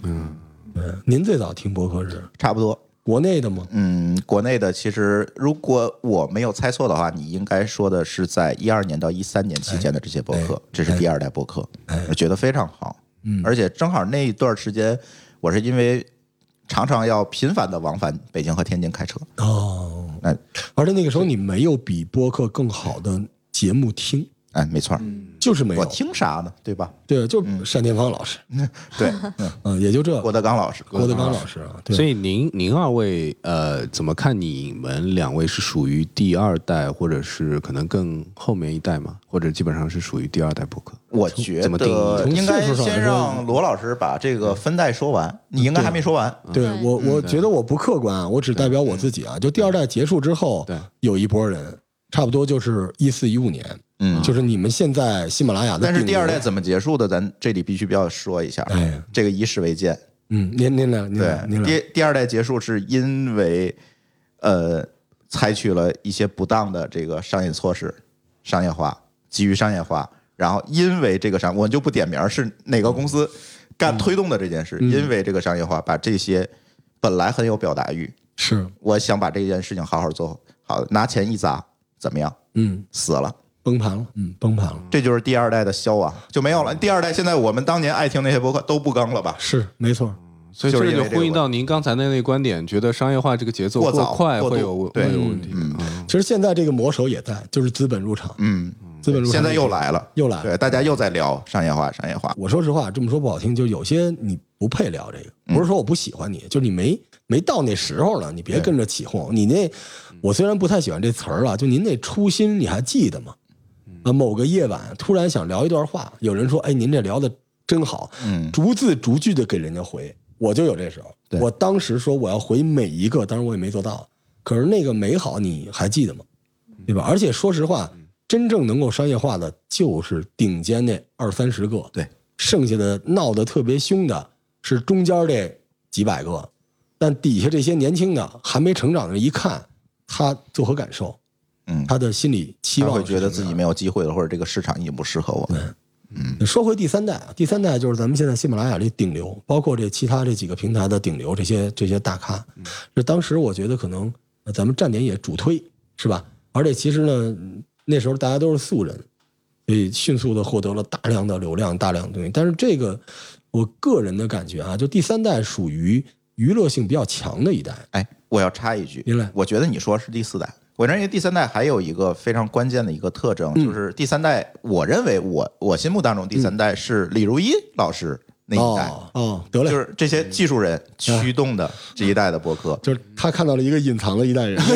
嗯，您最早听播客是
差不多。
国内的吗？
嗯，国内的其实，如果我没有猜错的话，你应该说的是在一二年到一三年期间的这些播
哎
客，这是第二代播客，我觉得非常好。
嗯
而且正好那一段时间，我是因为常常要频繁的往返北京和天津开车，
哦，
哎，
而且那个时候你没有比播客更好的节目听，
哎，没错，
嗯
就是没有。
我听啥呢？对吧？
对，就单田芳老师，
对，
嗯，也就这。
郭德纲老师，
嗯郭德纲老师啊，对
所以您您二位呃，怎么看？你们两位是属于第二代，或者是可能更后面一代吗？或者基本上是属于第二代博客？
我觉
怎么定义
得应该
从岁数上来
先
说嗯
让罗老师把这个分代说完，你应该还没说完。
对我，我觉得我不客观啊，我只代表我自己啊。就第二代结束之后，有一波人，差不多就是一四一五年，啊
嗯
就是你们现在喜马拉雅的。
但是第二代，怎么结束的，咱这里必须要说一下，
哎
这个以史为鉴。
嗯，您您来，您
对
来，您，来，
第第二代结束是因为呃，采取了一些不当的这个商业措施，商业化，基于商业化，然后因为这个商，我就不点名儿是哪个公司干推动的这件事，
嗯
因为这个商业化，把这些本来很有表达欲，
是，
我想把这件事情好好做好，拿钱一砸，怎么样？
嗯，
死了。
崩盘了，嗯，崩盘了，
这就是第二代的消亡，就没有了。第二代现在我们当年爱听那些播客都不更了吧？
是没错。
所以
就
这
是因
就
为这个
呼应到您刚才的那个观点，觉得商业化这个节奏
过早
快嗯
过度
会有
对
会有问题。
其实现在这个魔手也在，就是资本入场，
嗯，
资本入场
现在又来了，
又来了。
对，大家又在聊商业化，商业化。
我说实话，这么说不好听，就有些你不配聊这个，不是说我不喜欢你，就是你没没到那时候呢，你别跟着起哄。你那，我虽然不太喜欢这词儿了，就您那初心你还记得吗？啊，某个夜晚突然想聊一段话，有人说：“哎，您这聊的真好。”
嗯
逐字逐句的给人家回，我就有这时候。
对
我当时说我要回每一个，当然我也没做到，可是那个美好你还记得吗？对吧？而且说实话，
嗯
真正能够商业化的就是顶尖那二三十个，
对，
剩下的闹得特别凶的是中间这几百个，但底下这些年轻的还没成长的，一看他作何感受？
嗯
他的心理期
他
望
会
是
觉得
什
自
么样
己没有机会了，或者这个市场已经不适合我。
说回第三代啊，第三代就是咱们现在喜马拉雅这顶流，包括这其他这几个平台的顶流，这些这些大咖。这当时我觉得可能呃咱们站点也主推是吧？而且其实呢，嗯那时候大家都是素人，所以迅速的获得了大量的流量、大量的东西。但是这个我个人的感觉啊，就第三代属于娱乐性比较强的一代。
哎，我要插一句
您来，
我觉得你说是第四代，我认为第三代还有一个非常关键的一个特征，就是第三代，我认为我我心目当中第三代是李如一老师那一代，
哦哦，得嘞，
就
就是
是这些技术人
嗯
驱动的这一代的博客。
他看到了一个隐藏的一代人，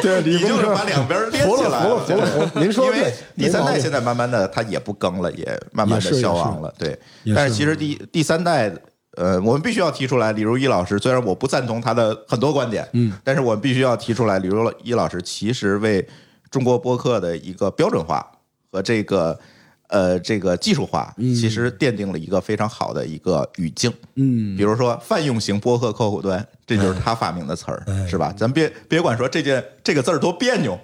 对，
你
李
就
工
是
科
把两边儿连起
服
来
了服了服了您说
因
的对
为第三
没毛
代
病
现在慢慢的它也不更了，也慢慢
也
的
是
消
也是
亡了，对
也。
但是
是
其实第第三代，呃，我们必须要提出来，李如一老师，虽然我不赞同他的很多观点，
嗯，
但是我们必须要提出来，李如一老师其实为中国播客的一个标准化和这个呃这个技术化，其实奠定了一个非常好的一个语境。
嗯
比如说泛用型播客客户端，这就是他发明的词
哎
儿，是吧？咱别别管说这件这个字儿多别扭，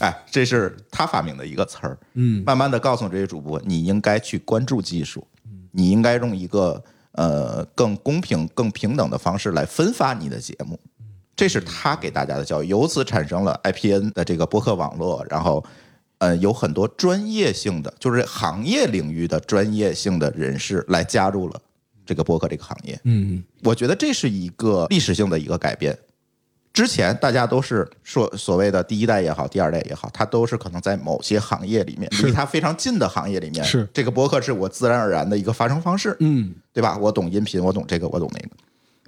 哎，这是他发明的一个词儿。
嗯
慢慢的告诉这些主播，你应该去关注技术，
嗯
你应该用一个呃更公平、更平等的方式来分发你的节目，
嗯
这是他给大家的教育，由此产生了 IPN 的这个播客网络，然后。呃，有很多专业性的，就是行业领域的专业性的人士来加入了这个播客这个行业。
嗯
我觉得这是一个历史性的一个改变。之前大家都是说所谓的第一代也好，第二代也好，它都是可能在某些行业里面，
是
离它非常近的行业里面，
是
这个博客是我自然而然的一个发生方式，
嗯
对吧？我懂音频，我懂这个，我懂那个。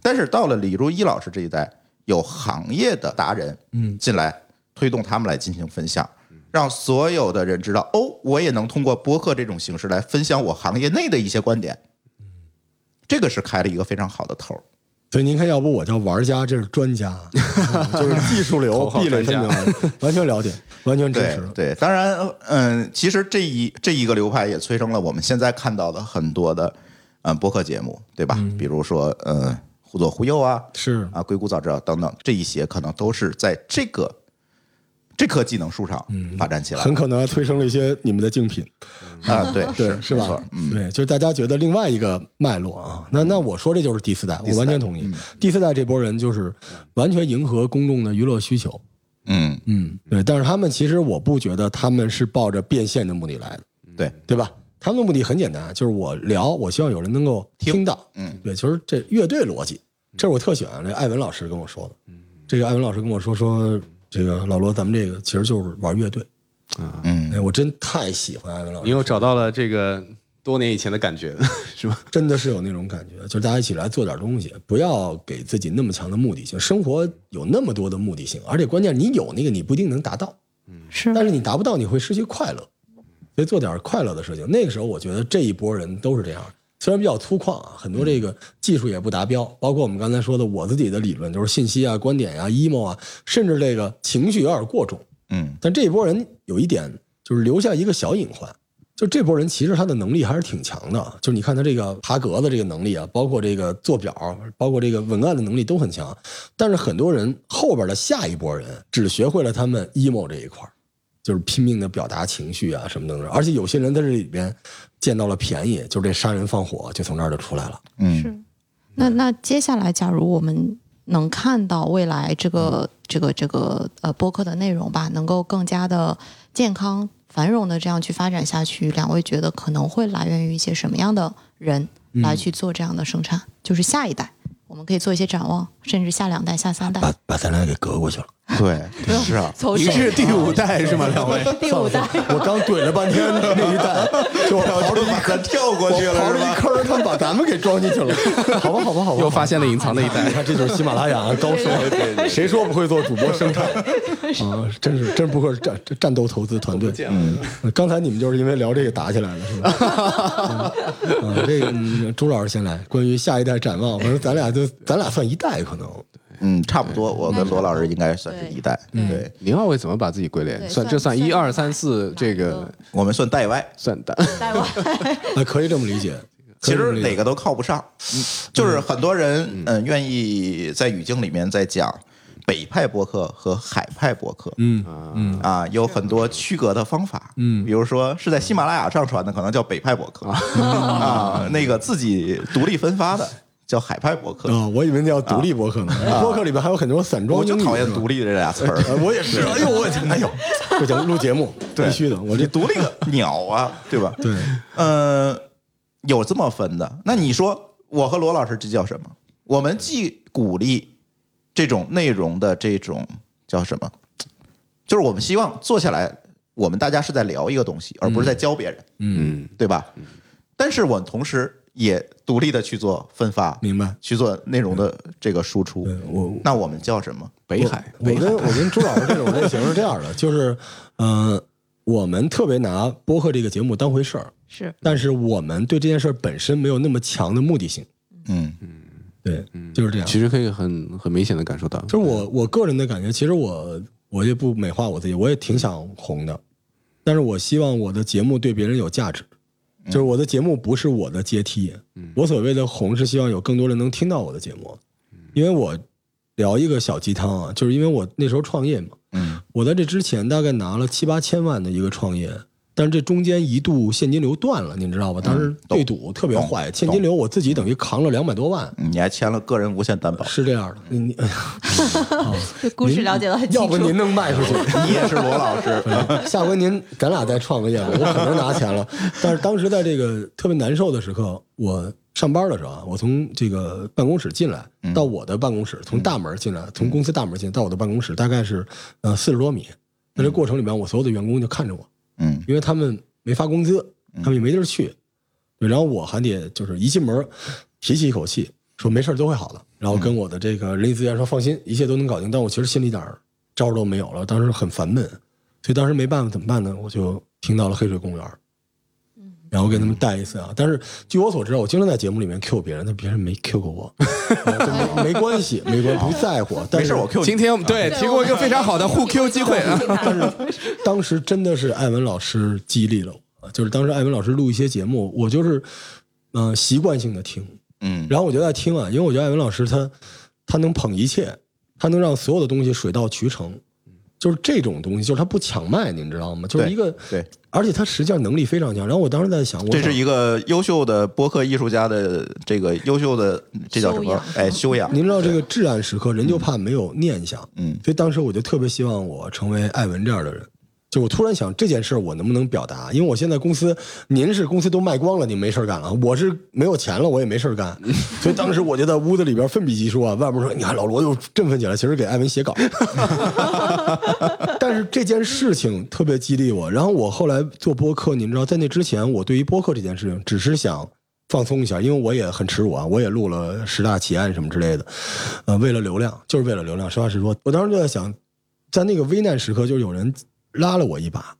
但是到了李如一老师这一代，有行业的达人
嗯
进来，推动他们来进行分享，让所有的人知道，哦，我也能通过播客这种形式来分享我行业内的一些观点。这个是开了一个非常好的头儿。
所以您看，要不我叫玩家，这是专家，啊就是技术流
头号
壁垒
专
分
家
明，完全了解，完全支
对
持。
对，当然，嗯，其实这一这一个流派也催生了我们现在看到的很多的，嗯，播客节目，对吧？比如说，嗯，忽左忽右啊，
是
啊，硅谷早知道等等，这一些可能都是在这个这棵技能树上
嗯
发展起来的
很可能还催生了一些你们的竞品，
啊，对，
对，是
没
吧
错？嗯，
对，就是大家觉得另外一个脉络啊，那那我说这就是第四代，我
四代
完全同意。第四代这波人就是完全迎合公众的娱乐需求，
嗯，
嗯，对。但是他们其实我不觉得他们是抱着变现的目的来的，
对，
对吧？他们的目的很简单，啊就是我聊，我希望有人能够听到。
嗯，
对，就是这乐队逻辑，这是我特喜欢这艾文老师跟我说的。
嗯
这个艾文老师跟我说说，这个老罗，咱们这个其实就是玩乐队，
嗯，
哎，我真太喜欢艾文老师，
你又找到了这个多年以前的感觉，是吧？
真的是有那种感觉，就是大家一起来做点东西，不要给自己那么强的目的性。生活有那么多的目的性，而且关键你有那个，你不一定能达到。
嗯，
是。
但是你达不到，你会失去快乐，所以做点快乐的事情。那个时候，我觉得这一波人都是这样的，虽然比较粗犷啊，很多这个技术也不达标，包括我们刚才说的，我自己的理论就是信息啊、观点呀、emo 啊，甚至这个情绪有点过重。
嗯，
但这一波人有一点就是留下一个小隐患，就这波人其实他的能力还是挺强的，就是你看他这个爬格子这个能力啊，包括这个做表，包括这个文案的能力都很强，但是很多人后边的下一波人只学会了他们 emo 这一块儿就是拼命的表达情绪啊什么等等，而且有些人在这里边见到了便宜，就是这杀人放火就从这儿就出来了。
嗯，
那那接下来，假如我们能看到未来这个、这个这个呃播客的内容吧，能够更加的健康繁荣的这样去发展下去，两位觉得可能会来源于一些什么样的人
嗯
来去做这样的生产？就是下一代，我们可以做一些展望，甚至下两代、下三代。
把把咱俩给隔过去了，
对， 是啊，
从
您
这
是第五代是吗？两位，
第五代，
我刚怼了半天那一代，就我刨出一
咱跳过去
刨
了
了
是
一
吧？
坑，他们把咱们给装进去了。 好吧，好吧，好吧，
又发现了隐藏的一代
你看，这就是喜马拉雅啊高手，谁说不会做主播生 态啊？真是真不愧是战战斗投资团队。
嗯
嗯刚才你们就是因为聊这个打起来了，是 吧？嗯啊，这个嗯朱老师先来，关于下一代展望，反正咱俩就咱俩算一代可能。
嗯，差不多，我跟罗老师应该算是一代，嗯
嗯
对
对
林二位怎么把自己归类
对？
算
算
这算一
算
二三四，这个
我们算代外，
算的。
代外，
啊，可以这么理解。可
其
以这
实
么理解嗯
哪个都靠不上，就是很多人嗯、呃愿意在语境里面在讲北派播客和海派播客，
嗯
嗯
啊，有很多区隔的方法，
嗯
比如说是在喜马拉雅上传的，可能叫北派博客啊，那个自己独立分发的叫海派博客。
啊，我以为那叫独立播客呢，播客里边还有很多散装
我
英
就
语
讨厌
是吧
“独立”这俩词 儿，
呃我也是，哎呦，我哎 呦，不行，录节目必须的，我
你
这
独立个鸟啊，对吧？
对，
呃，有这么分的。那你说我和罗老师这叫什么？我们既鼓励这种内容的这种叫什么？就是我们希望坐下来，我们大家是在聊一个东西，而不是在教别人，
嗯，
对吧？但是我们同时也独立的去做分发，
明白。
去做内容的这个输出
对。我
那我们叫什么？
北海，
我
北海
跟我跟朱老师这种类型是这样的，就是，嗯、我们特别拿播客这个节目当回事儿，
是
但是我们对这件事儿本身没有那么强的目的性，
嗯
对，就是这样。
其实可以很很明显的感受到，
就是我我个人的感觉，其实我我也不美化我自己，我也挺想红的，但是我希望我的节目对别人有价值，就是我的节目不是我的阶梯，我所谓的红是希望有更多人能听到我的节目，因为我聊一个小鸡汤啊，就是因为我那时候创业嘛，
嗯
我在这之前大概拿了七八千万的一个创业，但是这中间一度现金流断了，你知道吧？当时对赌特别坏，现金流我自己等于扛了两百多万。
你还签了个人无限担保，
是这样的，你你、哎呀
对故事了解的很清楚。
要不您能卖出去？啊
你也是罗老师。
下回您咱俩再创个业吧，我可能拿钱了。 但是当时在这个特别难受的时刻，我上班的时候啊，我从这个办公室进来，到我的办公室，从大门进来，从公司大门进来到我的办公室，大概是呃四十多米。在这过程里面，我所有的员工就看着我，
嗯
因为他们没发工资，他们也没地儿去。对，然后我还得就是一进门提起一口气，说没事儿都会好的。然后
嗯
跟我的这个人力资源说放心，一切都能搞定。但我其实心里一点儿招儿都没有了，当时很烦闷，所以当时没办法怎么办呢？我就听到了黑水公园儿，然后给他们带一次啊。但是据我所知，我经常在节目里面 Q 别人，但别人没 Q 过 我，啊没没关系，没关系，不在乎。啊但
没
是
事，我 Q 你。
今天我们对提供一个非常好的互 Q 机会啊，
当时真的是艾文老师激励了我，就是当时艾文老师录一些节目，我就是嗯、呃习惯性的听，
嗯
然后我就在听啊，因为我觉得艾文老师他他能捧一切，他能让所有的东西水到渠成，就是这种东西，就是他不抢麦，你知道吗？就是一个
对对，
而且他实际上能力非常强。然后我当时在想，我
这是
想
一个优秀的播客艺术家的这个优秀的这叫什
修
么
养？
哎，修养。
您知道这个至暗时刻，人就怕没有念想，
嗯
所以当时我就特别希望我成为艾文这样的人。就我突然想这件事儿我能不能表达？因为我现在公司，您是公司都卖光了，你没事儿干了；啊我是没有钱了，我也没事儿干。所以当时我就在屋子里边奋笔疾书啊，外边说：“你看老罗又振奋起来，其实给艾文写稿。” 但是这件事情特别激励我。然后我后来做播客，你们知道，在那之前，我对于播客这件事情只是想放松一下，因为我也很耻辱啊，我也录了十大奇案什么之类的，呃，为了流量，就是为了流量。实话实说，我当时就在想，在那个危难时刻，就是有人拉了我一把，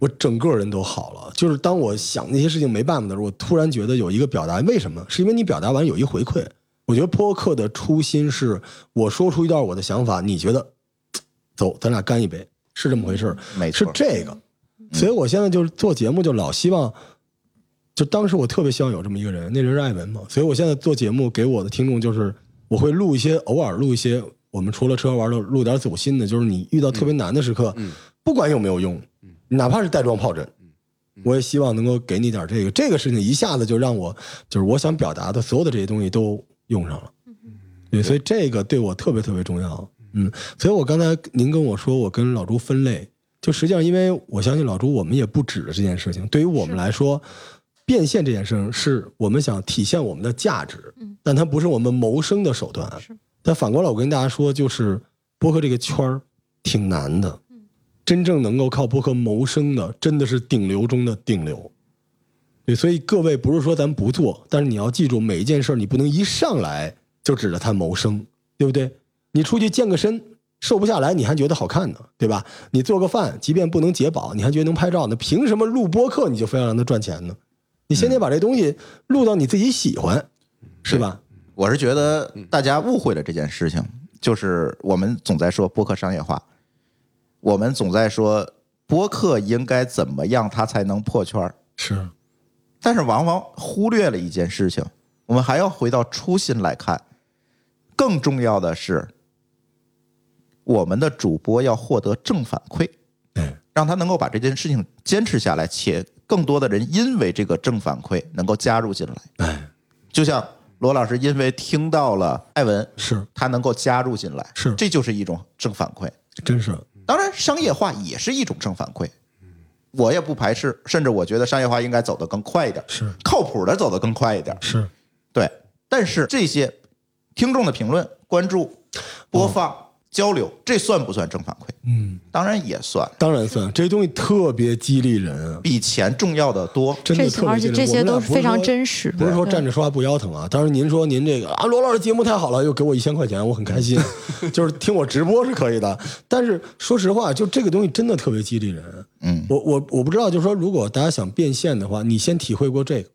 我整个人都好了。就是当我想那些事情没办法的时候，我突然觉得有一个表达，为什么？是因为你表达完有一回馈。我觉得播客的初心是我说出一段我的想法，你觉得，走，咱俩干一杯，是这么回事儿，
没
是
错嗯
这个。所以我现在就是做节目，就老希望，就当时我特别希望有这么一个人，那人是艾文嘛。所以我现在做节目给我的听众就是，我会录一些，偶尔录一些，我们除了吃喝玩乐，录点走心的，就是你遇到特别
嗯
难的时刻，不管有没有用，哪怕是带状疱疹。我也希望能够给你点这个，这个事情一下子就让我，就是我想表达的所有的这些东西都用上了，对，所以这个对我特别特别重要，嗯，所以我刚才您跟我说我跟老朱分类，就实际上因为我相信老朱，我们也不止这件事情，对于我们来说，变现这件事情是我们想体现我们的价值，但它不是我们谋生的手段，但反过来我跟大家说，就是播客这个圈儿挺难的，真正能够靠播客谋生的，真的是顶流中的顶流。对，所以各位不是说咱不做，但是你要记住，每一件事儿你不能一上来就指着它谋生，对不对？你出去健个身，瘦不下来，你还觉得好看呢，对吧？你做个饭，即便不能解饱，你还觉得能拍照呢，凭什么录播客你就非要让它赚钱呢？你先得把这东西录到你自己喜欢，是吧？
我是觉得
嗯
大家误会了这件事情，就是我们总在说播客商业化，我们总在说播客应该怎么样它才能破圈儿
是，
但是往往忽略了一件事情，我们还要回到初心来看。更重要的是，我们的主播要获得正反馈，让他能够把这件事情坚持下来，且更多的人因为这个正反馈能够加入进来。就像罗老师因为听到了艾文，
是
他能够加入进来，
是
这就是一种正反馈。
真是
当然，商业化也是一种正反馈，我也不排斥，甚至我觉得商业化应该走得更快一点，
是
靠谱的走得更快一点，
是
对。但是这些听众的评论、关注、播放、交流，这算不算正反馈？
嗯，
当然也算，
当然算，这些东西特别激励人，啊
比钱重要的多，
真的
这
特别
而且
激励人
这些
我们俩
都是
不
非常
说
真实的
不是说
对
站着说话不腰疼啊。当然您说您这个啊，罗老师节目太好了，又给我一千块钱，我很开 心。就是听我直播是可以的，但是说实话，就这个东西真的特别激励人。
嗯，
我我我不知道，就是说如果大家想变现的话，你先体会过这个，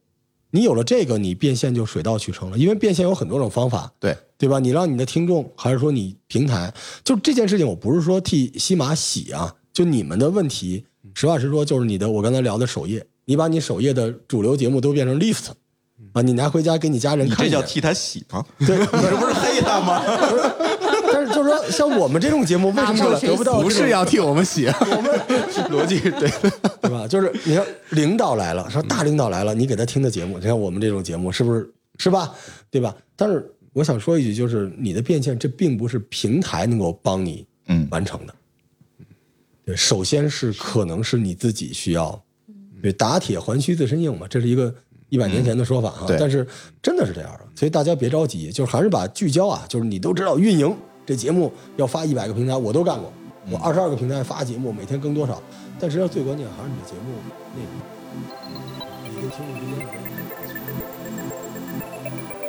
你有了这个，你变现就水到渠成了。因为变现有很多种方法，
对
对吧？你让你的听众，还是说你平台，就这件事情，我不是说替西马洗啊，就你们的问题，实话实说，就是你的我刚才聊的首页，你把你首页的主流节目都变成 list 啊，你拿回家给你家人
嗯你
看
这
一下。
叫 替他洗吗？
对，你
这不是黑他吗？
但是就是说，像我们这种节目，为什么得不到这种？
不是要替我们洗，啊 我
们
逻辑对
对吧？就是你看领导来了，说大领导来了，你给他听的节目，你看我们这种节目是不是是吧？对吧？但是我想说一句，就是你的变现，这并不是平台能够帮你
嗯
完成的。对，首先是可能是你自己需要，对，打铁还需自身硬嘛，这是一个一百年前的说法哈、
对
但是真的是这样的，所以大家别着急，就是还是把聚焦啊，就是你都知道运营这节目要发一百个平台，我都干过，我二十二个平台发节目，每天更多少，但实际上最关键还是你的节目内容，你跟听众之间的关系。